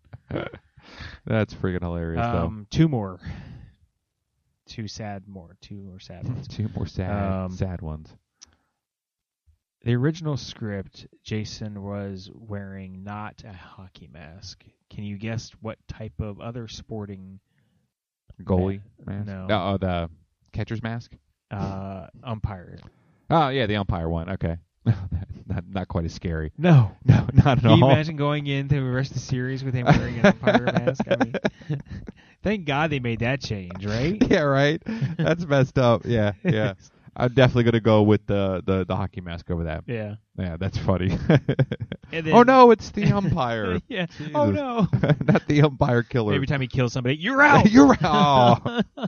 That's freaking hilarious,
Um, two more, two sad more, two or sad
though.
ones.
Two more sad,
um,
sad ones.
The original script, Jason was wearing not a hockey mask. Can you guess what type of other sporting
Goalie mask?
no.
Oh, oh, the catcher's mask.
uh, umpire?
Oh yeah, the umpire one. Okay, not not quite as scary.
No.
No, not at
Can you
all.
imagine going into the rest of the series with him wearing an umpire mask? I mean, thank God they made that change, right?
yeah, right. That's messed up. Yeah, yeah. I'm definitely gonna go with the the, the hockey mask over that.
yeah.
Yeah, that's funny.
And
oh
then-
no, it's the umpire,
yeah. Oh
Jesus.
no.
not the umpire killer.
Every time he kills somebody, you're out.
You're oh.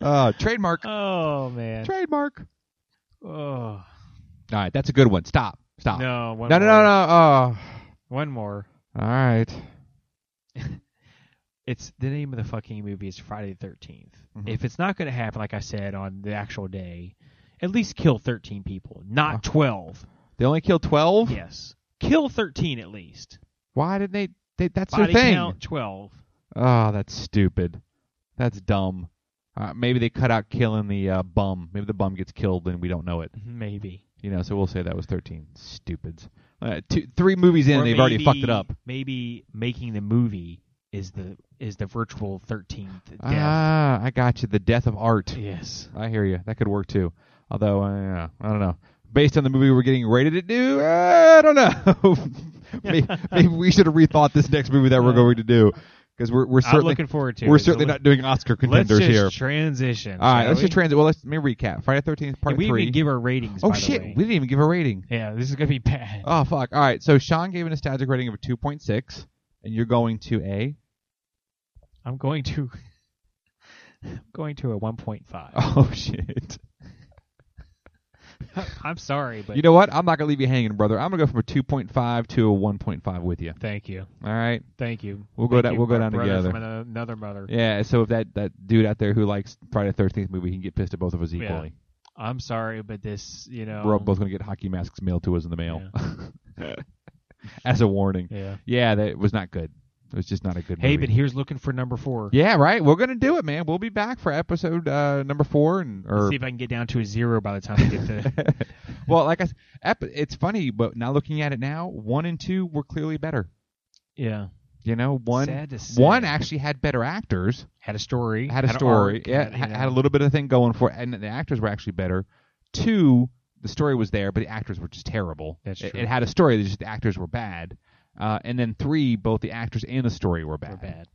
Uh, trademark.
oh man.
Trademark.
Oh
All right, that's a good one. Stop. Stop.
no. One
no, no,
more.
no, no. Oh.
One more.
All right.
it's the name of the fucking movie is Friday the 13th.
Mhm.
If it's not going to happen, like I said, on the actual day, at least kill 13 people, not 12.
They only killed twelve.
Yes. Kill 13 at least.
Why didn't they? they that's
Body
their thing.
count 12.
Oh, that's stupid. That's dumb. Uh, maybe they cut out killing the uh, bum. Maybe the bum gets killed and we don't know it.
Maybe.
You know, so we'll say that was thirteen. Stupids. Uh, two, three movies in,
Or
they've already
maybe-
fucked it up.
Maybe making the movie is the is the virtual 13th death.
Ah, I got you. The death of art.
yes.
I hear you. That could work too. Although, uh, yeah, I don't know. Based on the movie we're getting rated to do, uh, I don't know. maybe, maybe we should have rethought this next movie that we're
Yeah.
going to do because we're we're
I'm
certainly
looking forward to it.
we're
So
certainly
let-
not doing Oscar
Let's
contenders
just
here.
transition.
All right,
shall
let's
we?
just transit. Well, let's let me recap. Friday Thirteenth Part
And we
Three.
didn't give our ratings.
oh
by the
shit,
way.
we didn't even give a rating.
Yeah, this is gonna be bad.
Oh fuck. All right, so Sean gave a nostalgic rating of a two point six, and you're going to a.
I'm going to I'm going to a 1.5.
Oh shit.
I'm sorry, but
Oh. You know what? I'm not gonna leave you hanging, brother. I'm gonna go from a two point five to a one point five with you.
thank you,
All right.
thank you.
We'll go
Thank
down-
you,
we'll go
my
down
brother
together.
From ano- another mother.
Yeah. So if that that dude out there who likes Friday the Thirteenth movie he can get pissed at both of us equally,
I'm sorry, but this, you know,
we're both gonna get hockey masks mailed to us in the mail as a warning.
yeah.
Yeah, that was not good. It was just not a good.
Hey,
movie.
but here's looking for number four.
Yeah, right. We're gonna do it, man. We'll be back for episode uh, number four, and or
See if I can get down to a zero by the time I get to.
well, like I, s- ep- it's funny, but now looking at it now, one and two were clearly better.
yeah,
You know, one
Sad to say.
one actually had better actors,
had a story,
had a
an
story,
arc,
yeah,
you
had,
know.
had a little bit of thing going for, it, and the actors were actually better. Two, the story was there, but the actors were just terrible.
That's
It-
true.
It, had a story, it's just the actors were bad. Uh, and then three, both the actors and the story were
We're
bad.
bad.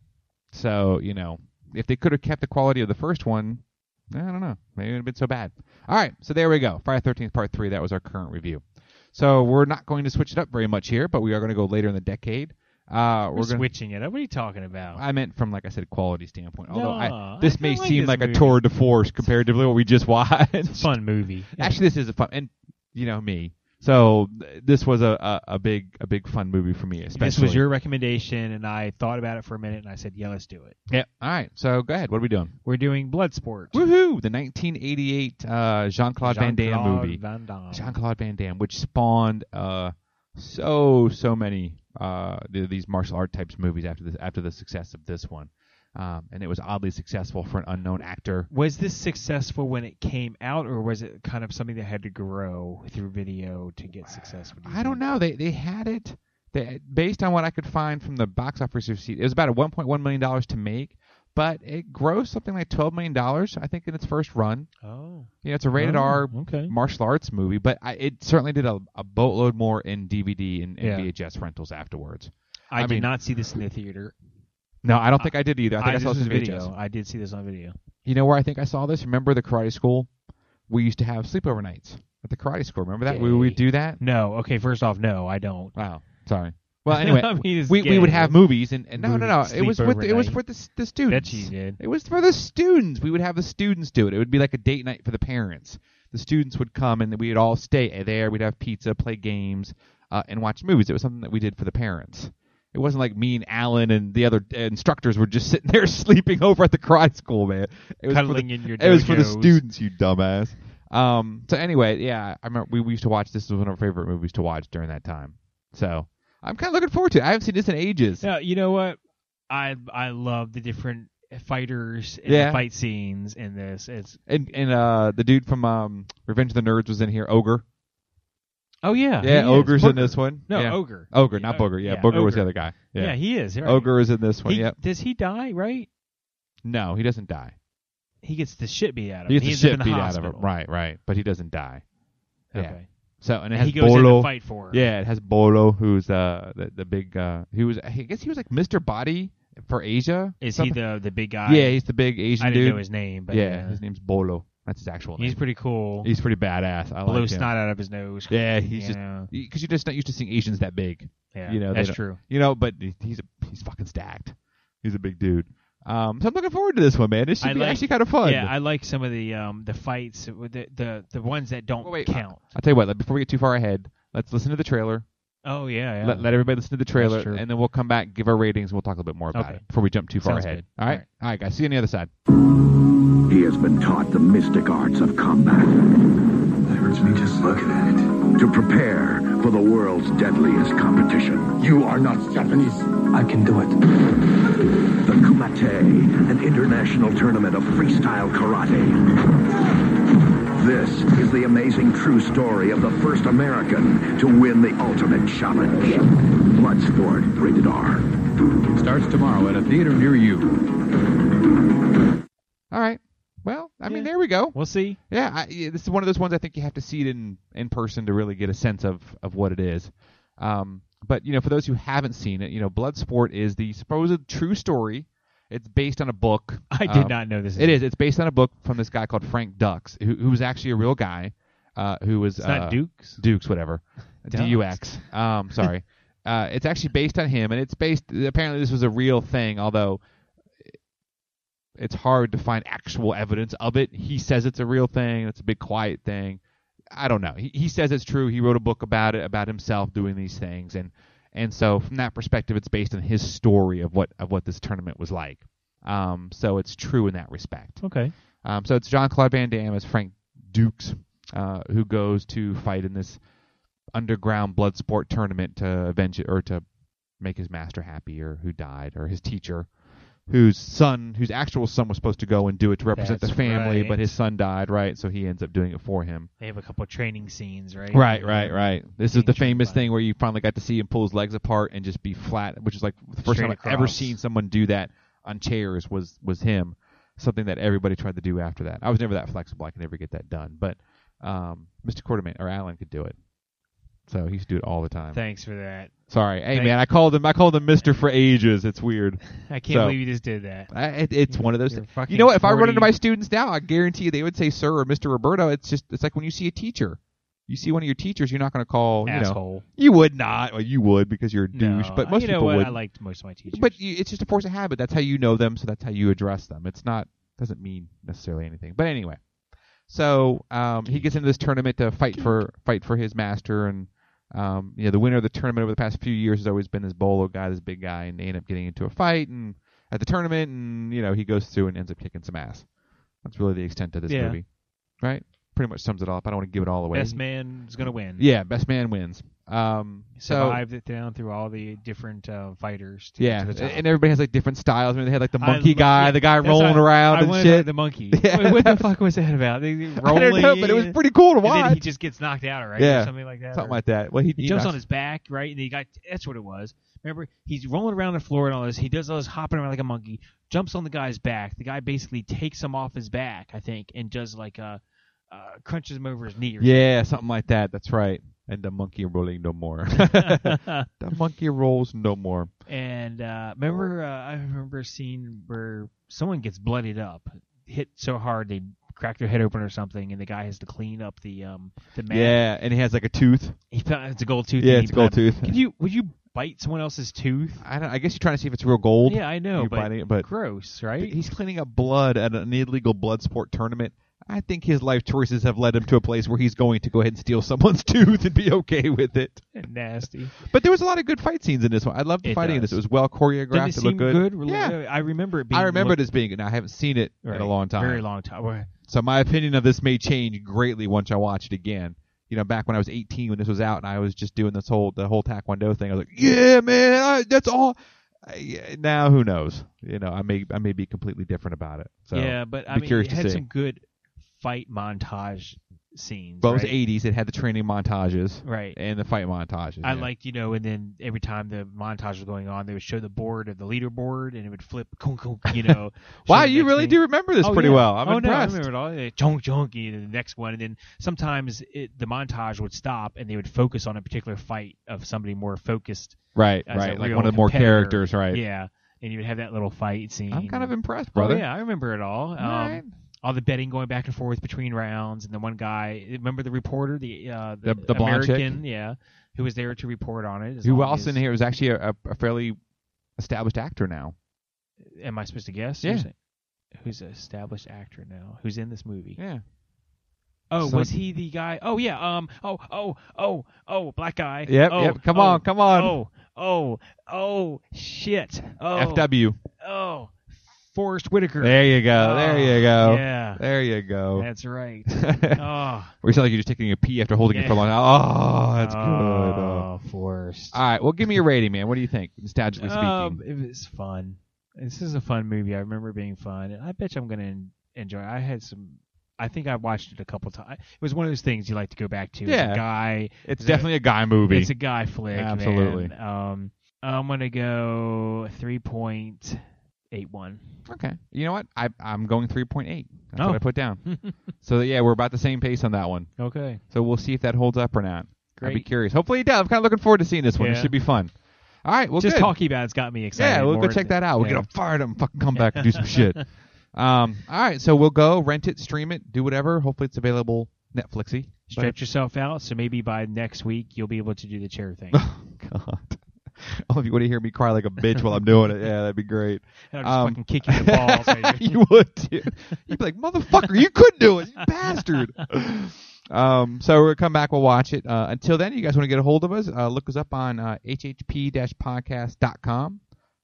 So, you know, if they could have kept the quality of the first one, eh, I don't know. Maybe it would have been so bad. All right, so there we go. Friday Thirteenth Part Three. That was our current review. So we're not going to switch it up very much here, but we are going to go later in the decade. Uh,
We're,
we're gonna.
switching it up. What are you talking about?
I meant from like I said, quality standpoint. Although I,
No,
this
I
may
kinda like
seem
this
like a
movie.
tour de force comparatively to what we just watched.
It's a fun movie.
Actually, this is a fun, and you know me. So th- this was a, a, a big a big fun movie for me. Especially
This was your recommendation, and I thought about it for a minute, and I said, "Yeah, let's do it."
Yeah. All right. So go ahead. What are we doing?
We're doing Bloodsport.
Woohoo! The 1988 uh, Jean-Claude Van Damme
Jean-Claude
movie.
Van Damme.
Jean-Claude Van Damme, which spawned uh, so so many uh, th- these martial art types movies after this after the success of this one. Um, and it was oddly successful for an unknown actor.
Was this successful when it came out, or was it kind of something that had to grow through video to get successful?
I don't know. They they had it. They, based on what I could find from the box office receipt, it was about a 1.1 million dollars to make, but it grossed something like 12 million dollars, I think, in its first run.
Oh,
You know, it's a rated
Oh,
R
Okay.
martial arts movie, but I, it certainly did a, a boatload more in DVD and, and
Yeah.
VHS rentals afterwards.
I,
I
did
mean-
not see this in the theater.
No, I don't think I did either. I think I, saw
this
this
was
in
video.
VHS.
I did see this on video.
You know where I think I saw this? Remember the karate school? We used to have sleepover nights at the karate school. Remember that? We
Gay.
would do that?
No. Okay. First off, no, I don't.
Wow. Sorry. Well, anyway,
I mean, it's
we, we
gay.
would have movies and, and no no no
Movies,
it was with it was
sleepover
for the s- the
Bet
students.
you did.
It was for the students. We would have the students do it. It would be like a date night for the parents. The students would come and we'd all stay there. We'd have pizza, play games, uh, and watch movies. It was something that we did for the parents. It wasn't like me and Alan and the other instructors were just sitting there sleeping over at the karate school, man. It was for the
Cuddling in your.
it was for the
dojos.
students, you dumbass. Um. So anyway, yeah, I remember we, we used to watch. This was one of our favorite movies to watch during that time. So I'm kind of looking forward to it. I haven't seen this in ages.
No, you know what? I I love the different fighters and
Yeah.
the fight scenes in this. It's
And and uh, the dude from um Revenge of the Nerds was in here. Ogre.
oh
Yeah,
yeah, he is.
ogre's in
Booger.
this one.
No,
yeah.
ogre.
ogre, not
yeah,
booger. Yeah,
yeah,
booger was the
Ogre.
other guy.
Yeah,
Yeah,
he is. Right.
ogre is in this one.
He-
yep.
Does he die? Right.
No, he doesn't die.
He gets the shit beat out of him.
He gets the
ends up in
shit
the
beat out of
hospital.
him. Right, right. But he doesn't die. Yeah.
Okay.
So and it
And
has
he goes in
Bolo.
to fight for her.
Yeah, it has Bolo, who's uh the, the big uh he was I guess he was like Mr. Body for Asia.
Is
something.
he the the big guy?
Yeah, he's the big Asian
I didn't
dude.
know his name, but
yeah,
yeah,
his name's Bolo. That's his actual name.
he's pretty cool.
He's pretty badass. I
Blows
like him.
snot out of his nose.
Yeah, he's
you
just
know.
because you're just not used to seeing Asians that big,
yeah.
you know, they
that's
don't-
true.
you know. But he- he's a, he's fucking stacked. He's a big dude. Um, so I'm looking forward to this one, man. This should
I
be
like-
actually kind of fun.
Yeah, I like some of the um the fights with the the, the ones that don't
Oh, wait, uh,
count.
will tell you what. like, Before we get too far ahead, let's listen to the trailer.
oh yeah, yeah.
Let, let everybody listen to the trailer,
true.
and then we'll come back, give our ratings, and we'll talk a little bit more about
Okay.
it before we jump too far
Sounds
ahead.
good.
All right,
All right.
all right, guys. See you on the other side.
He has been taught the mystic arts of combat. It hurts me just looking at it. To prepare for the world's deadliest competition. You are not Japanese. I can do it. The Kumite, an international tournament of freestyle karate. This is the amazing true story of the first American to win the ultimate challenge. Bloodsport, rated R.
Starts tomorrow at a theater near you.
All right. Well, I mean,
Yeah.
there we go.
we'll see.
Yeah, I, yeah, this is one of those ones I think you have to see it in in person to really get a sense of of what it is. Um, but you know, for those who haven't seen it, you know, Bloodsport is the supposed true story. It's based on a book.
I did
Um,
not know this.
It is. It's based on a book from this guy called Frank Dux, who, who was actually a real guy, uh, who was
It's
uh,
not Dukes.
Dukes, whatever.
Dux.
D-U-X. Um, sorry. uh, it's actually based on him, and it's based. Apparently, this was a real thing, although it's hard to find actual evidence of it. He says it's a real thing. It's a big quiet thing. I don't know. He, he says it's true. He wrote a book about it, about himself doing these things, and and so from that perspective, it's based on his story of what of what this tournament was like. Um, so it's true in that respect.
Okay.
Um, so it's John Claude Van Damme as Frank Dukes, uh, who goes to fight in this underground blood sport tournament to avenge or to make his master happy or who died or his teacher, whose son, whose actual son was supposed to go and do it to represent
That's
the family,
right.
but his son died, right? So he ends up doing it for him.
They have a couple of training scenes, right?
Right, right, right. This is
Being
the
trained
famous
by-
thing where you finally got to see him pull his legs apart and just be flat, which is like the first
Straight
time I've ever
across.
seen someone do that on chairs was was him. Something that everybody tried to do after that. I was never that flexible. I could never get that done. But um, Mr. Quarterman or Alan could do it, so he used to do it all the time.
Thanks for that.
Sorry, hey
thank-
man, I called him. I called him Mister for ages. It's weird.
I can't
So-
believe you just did that.
I, it, it's one of those.
You're
things.
fucking
You know what? If I run
40
into my students now, I guarantee you they would say Sir or Mister Roberto. It's just it's like when you see a teacher. You see one of your teachers, you're not going to call. You know,
Asshole.
you would not. Well, you would because you're a douche,
No, uh,
but most
you know
people
what?
would.
I liked most of my teachers.
But you, it's just a force of habit. That's how you know them, so that's how you address them. It's not doesn't mean necessarily anything. But anyway, so um, he gets into this tournament to fight for fight for his master, and um, you know the winner of the tournament over the past few years has always been this bolo guy, this big guy, and they end up getting into a fight and at the tournament, and you know he goes through and ends up kicking some ass. That's really the extent of this
Yeah.
movie, right? Pretty much sums it all up. I don't want to give it all away.
best man is gonna win.
Yeah, best man wins. Um, so
survived it down through all the different uh, fighters. To
yeah,
get to the top.
and everybody has like different styles. I mean, they had like the
I
monkey
lo-
guy,
yeah,
the guy
that's
rolling
what I-
around
I
and
wanted
shit.
the monkey.
Yeah,
Wait, what the
that
fuck was that about? They, they
I don't
rolling,
know, but it was pretty cool to
and then he
watch.
just gets knocked out, right?
Yeah.
or something like that.
Something
or-
like that. Well, he,
he, jumps on his back, right? And he got that's what it was. Remember, he's rolling around the floor and all this. He does all this hopping around like a monkey. Jumps on the guy's back. The guy basically takes him off his back, I think, and does like a uh, crunches him over his knee. Or
Yeah, something like that. That's right. And the monkey rolling no more. the
something.
monkey rolls no more.
and uh, remember, uh, I remember a scene where someone gets bloodied up, hit so hard they crack their head open or something, and the guy has to clean up the um the man.
Yeah, and he has like a tooth.
he found it's a gold tooth.
yeah,
and he
it's a gold
bled-
tooth.
Could you would you bite someone else's tooth?
I don't. I guess you're trying to see if it's real gold.
Yeah, I know,
You
but,
bite it, but
gross, right?
he's cleaning up blood at an illegal blood sport tournament. I think his life choices have led him to a place where he's going to go ahead and steal someone's tooth and be okay with it.
Nasty.
But there was a lot of good fight scenes in this one. I loved the
It
fighting in this.
does.
It was well choreographed.
Did it seem
looked good.
Really-
Yeah,
I remember it being.
I remember
looked-
it as being. And I haven't seen it in
right,
a long time.
Very long time. Well,
So my opinion of this may change greatly once I watch it again. You know, back when I was 18, when this was out, and I was just doing this whole the whole Taekwondo thing. I was like, yeah, man, I, that's all. I- yeah, now who knows? You know, I may I may be completely different about it. So,
yeah, but I
be
mean,
curious
it
to
had
see.
some good fight montage scenes.
But it was
right?
80s. It had the training montages
Right.
and the fight montages.
I
yeah.
liked, you know, and then every time the montage was going on, they would show the board of the leaderboard, and it would flip, kunk, kunk, you know.
Wow,
show the
you
next
really
thing.
do remember this
Oh,
pretty
yeah.
well. I'm
oh,
impressed.
No, I remember it all. Uh, Chunk, chunk, you know, the next one, and then sometimes it, the montage would stop, and they would focus on a particular fight of somebody more focused.
right,
as a
right. Like
real
one of the more
competitor.
characters, right?
Yeah, and you would have that little fight scene.
I'm kind of impressed,
Oh,
brother.
yeah, I remember it all. Um,
Alright.
All the betting going back and forth between rounds, and the one guy. Remember the reporter, the uh, the,
The- the blonde chick?
American, yeah, who was there to report on it. as
Who
long
else
as-
in here is actually a, a, a fairly established actor now?
Am I supposed to guess?
Yeah.
Who's, who's an established actor now? Who's in this movie?
Yeah.
Oh,
So-
was he the guy? Oh yeah. Um. Oh. Oh. Oh. Oh. Black guy.
Yep.
Oh,
yep. Come
oh,
on. Come on.
Oh. Oh. Oh. Shit. Oh.
FW.
Oh. Forrest Whitaker.
There you go. there you go.
Ah, Yeah.
There you go.
That's right.
Where
oh.
you sound like you're just taking a pee after holding it for a
Yeah. Ah.
long time. Oh, that's good. Oh.
Oh, Forrest.
All right. Well, give me your rating, man. What do you think, nostalgically speaking?
Um, it was fun. This is a fun movie. I remember it being fun, and I bet you I'm gonna en- enjoy. it. I had some. I think I watched it a couple times. It was one of those things you like to go back to. It's a
Yeah.
guy.
it's
the-
definitely a guy movie.
It's a guy flick. man.
Absolutely.
Um, I'm gonna go three point eight one.
okay. You know what? I, I'm going 3.8. That's
Oh.
what I put down. so, yeah, we're about the same pace on that one.
Okay.
So we'll see if that holds up or not. I'd be
Great.
curious. Hopefully it does. I'm kind of looking forward to seeing this one. It
Yeah.
should be fun. All right, well,
Just
good.
talking about it's got me excited.
Yeah, we'll
more
go check
than-
that out. We'll
yeah.
get them fired up and fucking come back and do some shit. Um, all right, so we'll go rent it, stream it, do whatever. Hopefully it's available Netflixy.
Stretch yourself out, so maybe by next week you'll be able to do the chair thing.
But- God. Oh, if you want to hear me cry like a bitch while I'm doing it, yeah, that'd be great.
I'll just
um,
fucking kick you in the balls. like-
you would too. You'd be like, motherfucker, you could do it, you bastard. Um, so we'll come back, we'll watch it. Uh, until then, you guys want to get a hold of us, uh, look us up on uh, hhp-podcast.com.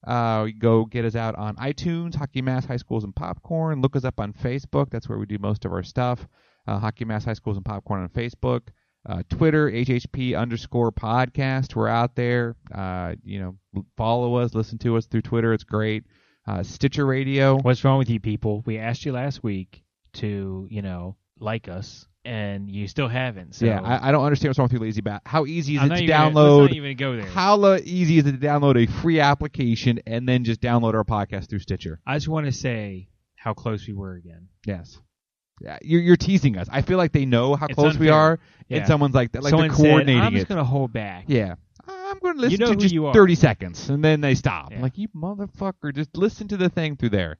Uh, you go get us out on iTunes, Hockey Mass High Schools and Popcorn. Look us up on Facebook. That's where we do most of our stuff. Uh, Hockey Mass High Schools and Popcorn on Facebook. Uh, Twitter, HHP underscore podcast. We're out there. Uh, you know, follow us, listen to us through Twitter. It's great. Uh, Stitcher Radio.
What's wrong with you people? We asked you last week to, you know, like us, and you still haven't. So
yeah, I, I don't understand what's wrong with your lazy bat. How easy is
I'm
it
not
to
even gonna-
download?
Let's not even go there.
how lo- easy is it to download a free application and then just download our podcast through Stitcher?
I just want to say how close we were again.
Yes. Yeah, you're, you're teasing us. I feel like they know how
It's
close we
unfair.
are,
Yeah.
and someone's like, like
Someone
they're
said,
coordinating
I'm just
it.
going to hold back.
Yeah. I'm going to listen
know
to
who
just
you are.
30 seconds, and then they stop. I'm
Yeah.
like, you motherfucker, just listen to the thing through there.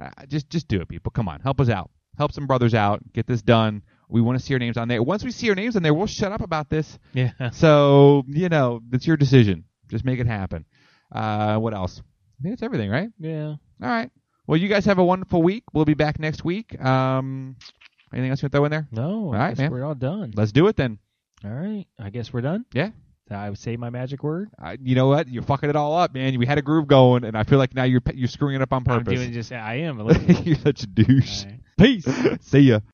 Uh, just just do it, people. Come on, help us out. Help some brothers out. Get this done. We want to see our names on there. Once we see our names on there, we'll shut up about this.
Yeah.
So you know, it's your decision. Just make it happen. Uh, what else? I think that's everything, right?
Yeah.
All right. Well, you guys have a wonderful week. We'll be back next week. Um, anything else you want to throw in there?
No.
All
I
right,
guess
man.
We're all done.
Let's do it then.
All right. I guess we're done.
Yeah.
I would say my magic word.
I, Uh, you know what? You're fucking it all up, man. We had a groove going, and I feel like now you're pe- you're screwing it up on
I'm
purpose.
doing just. I am. a little-
you're such a douche.
All right.
Peace. See ya.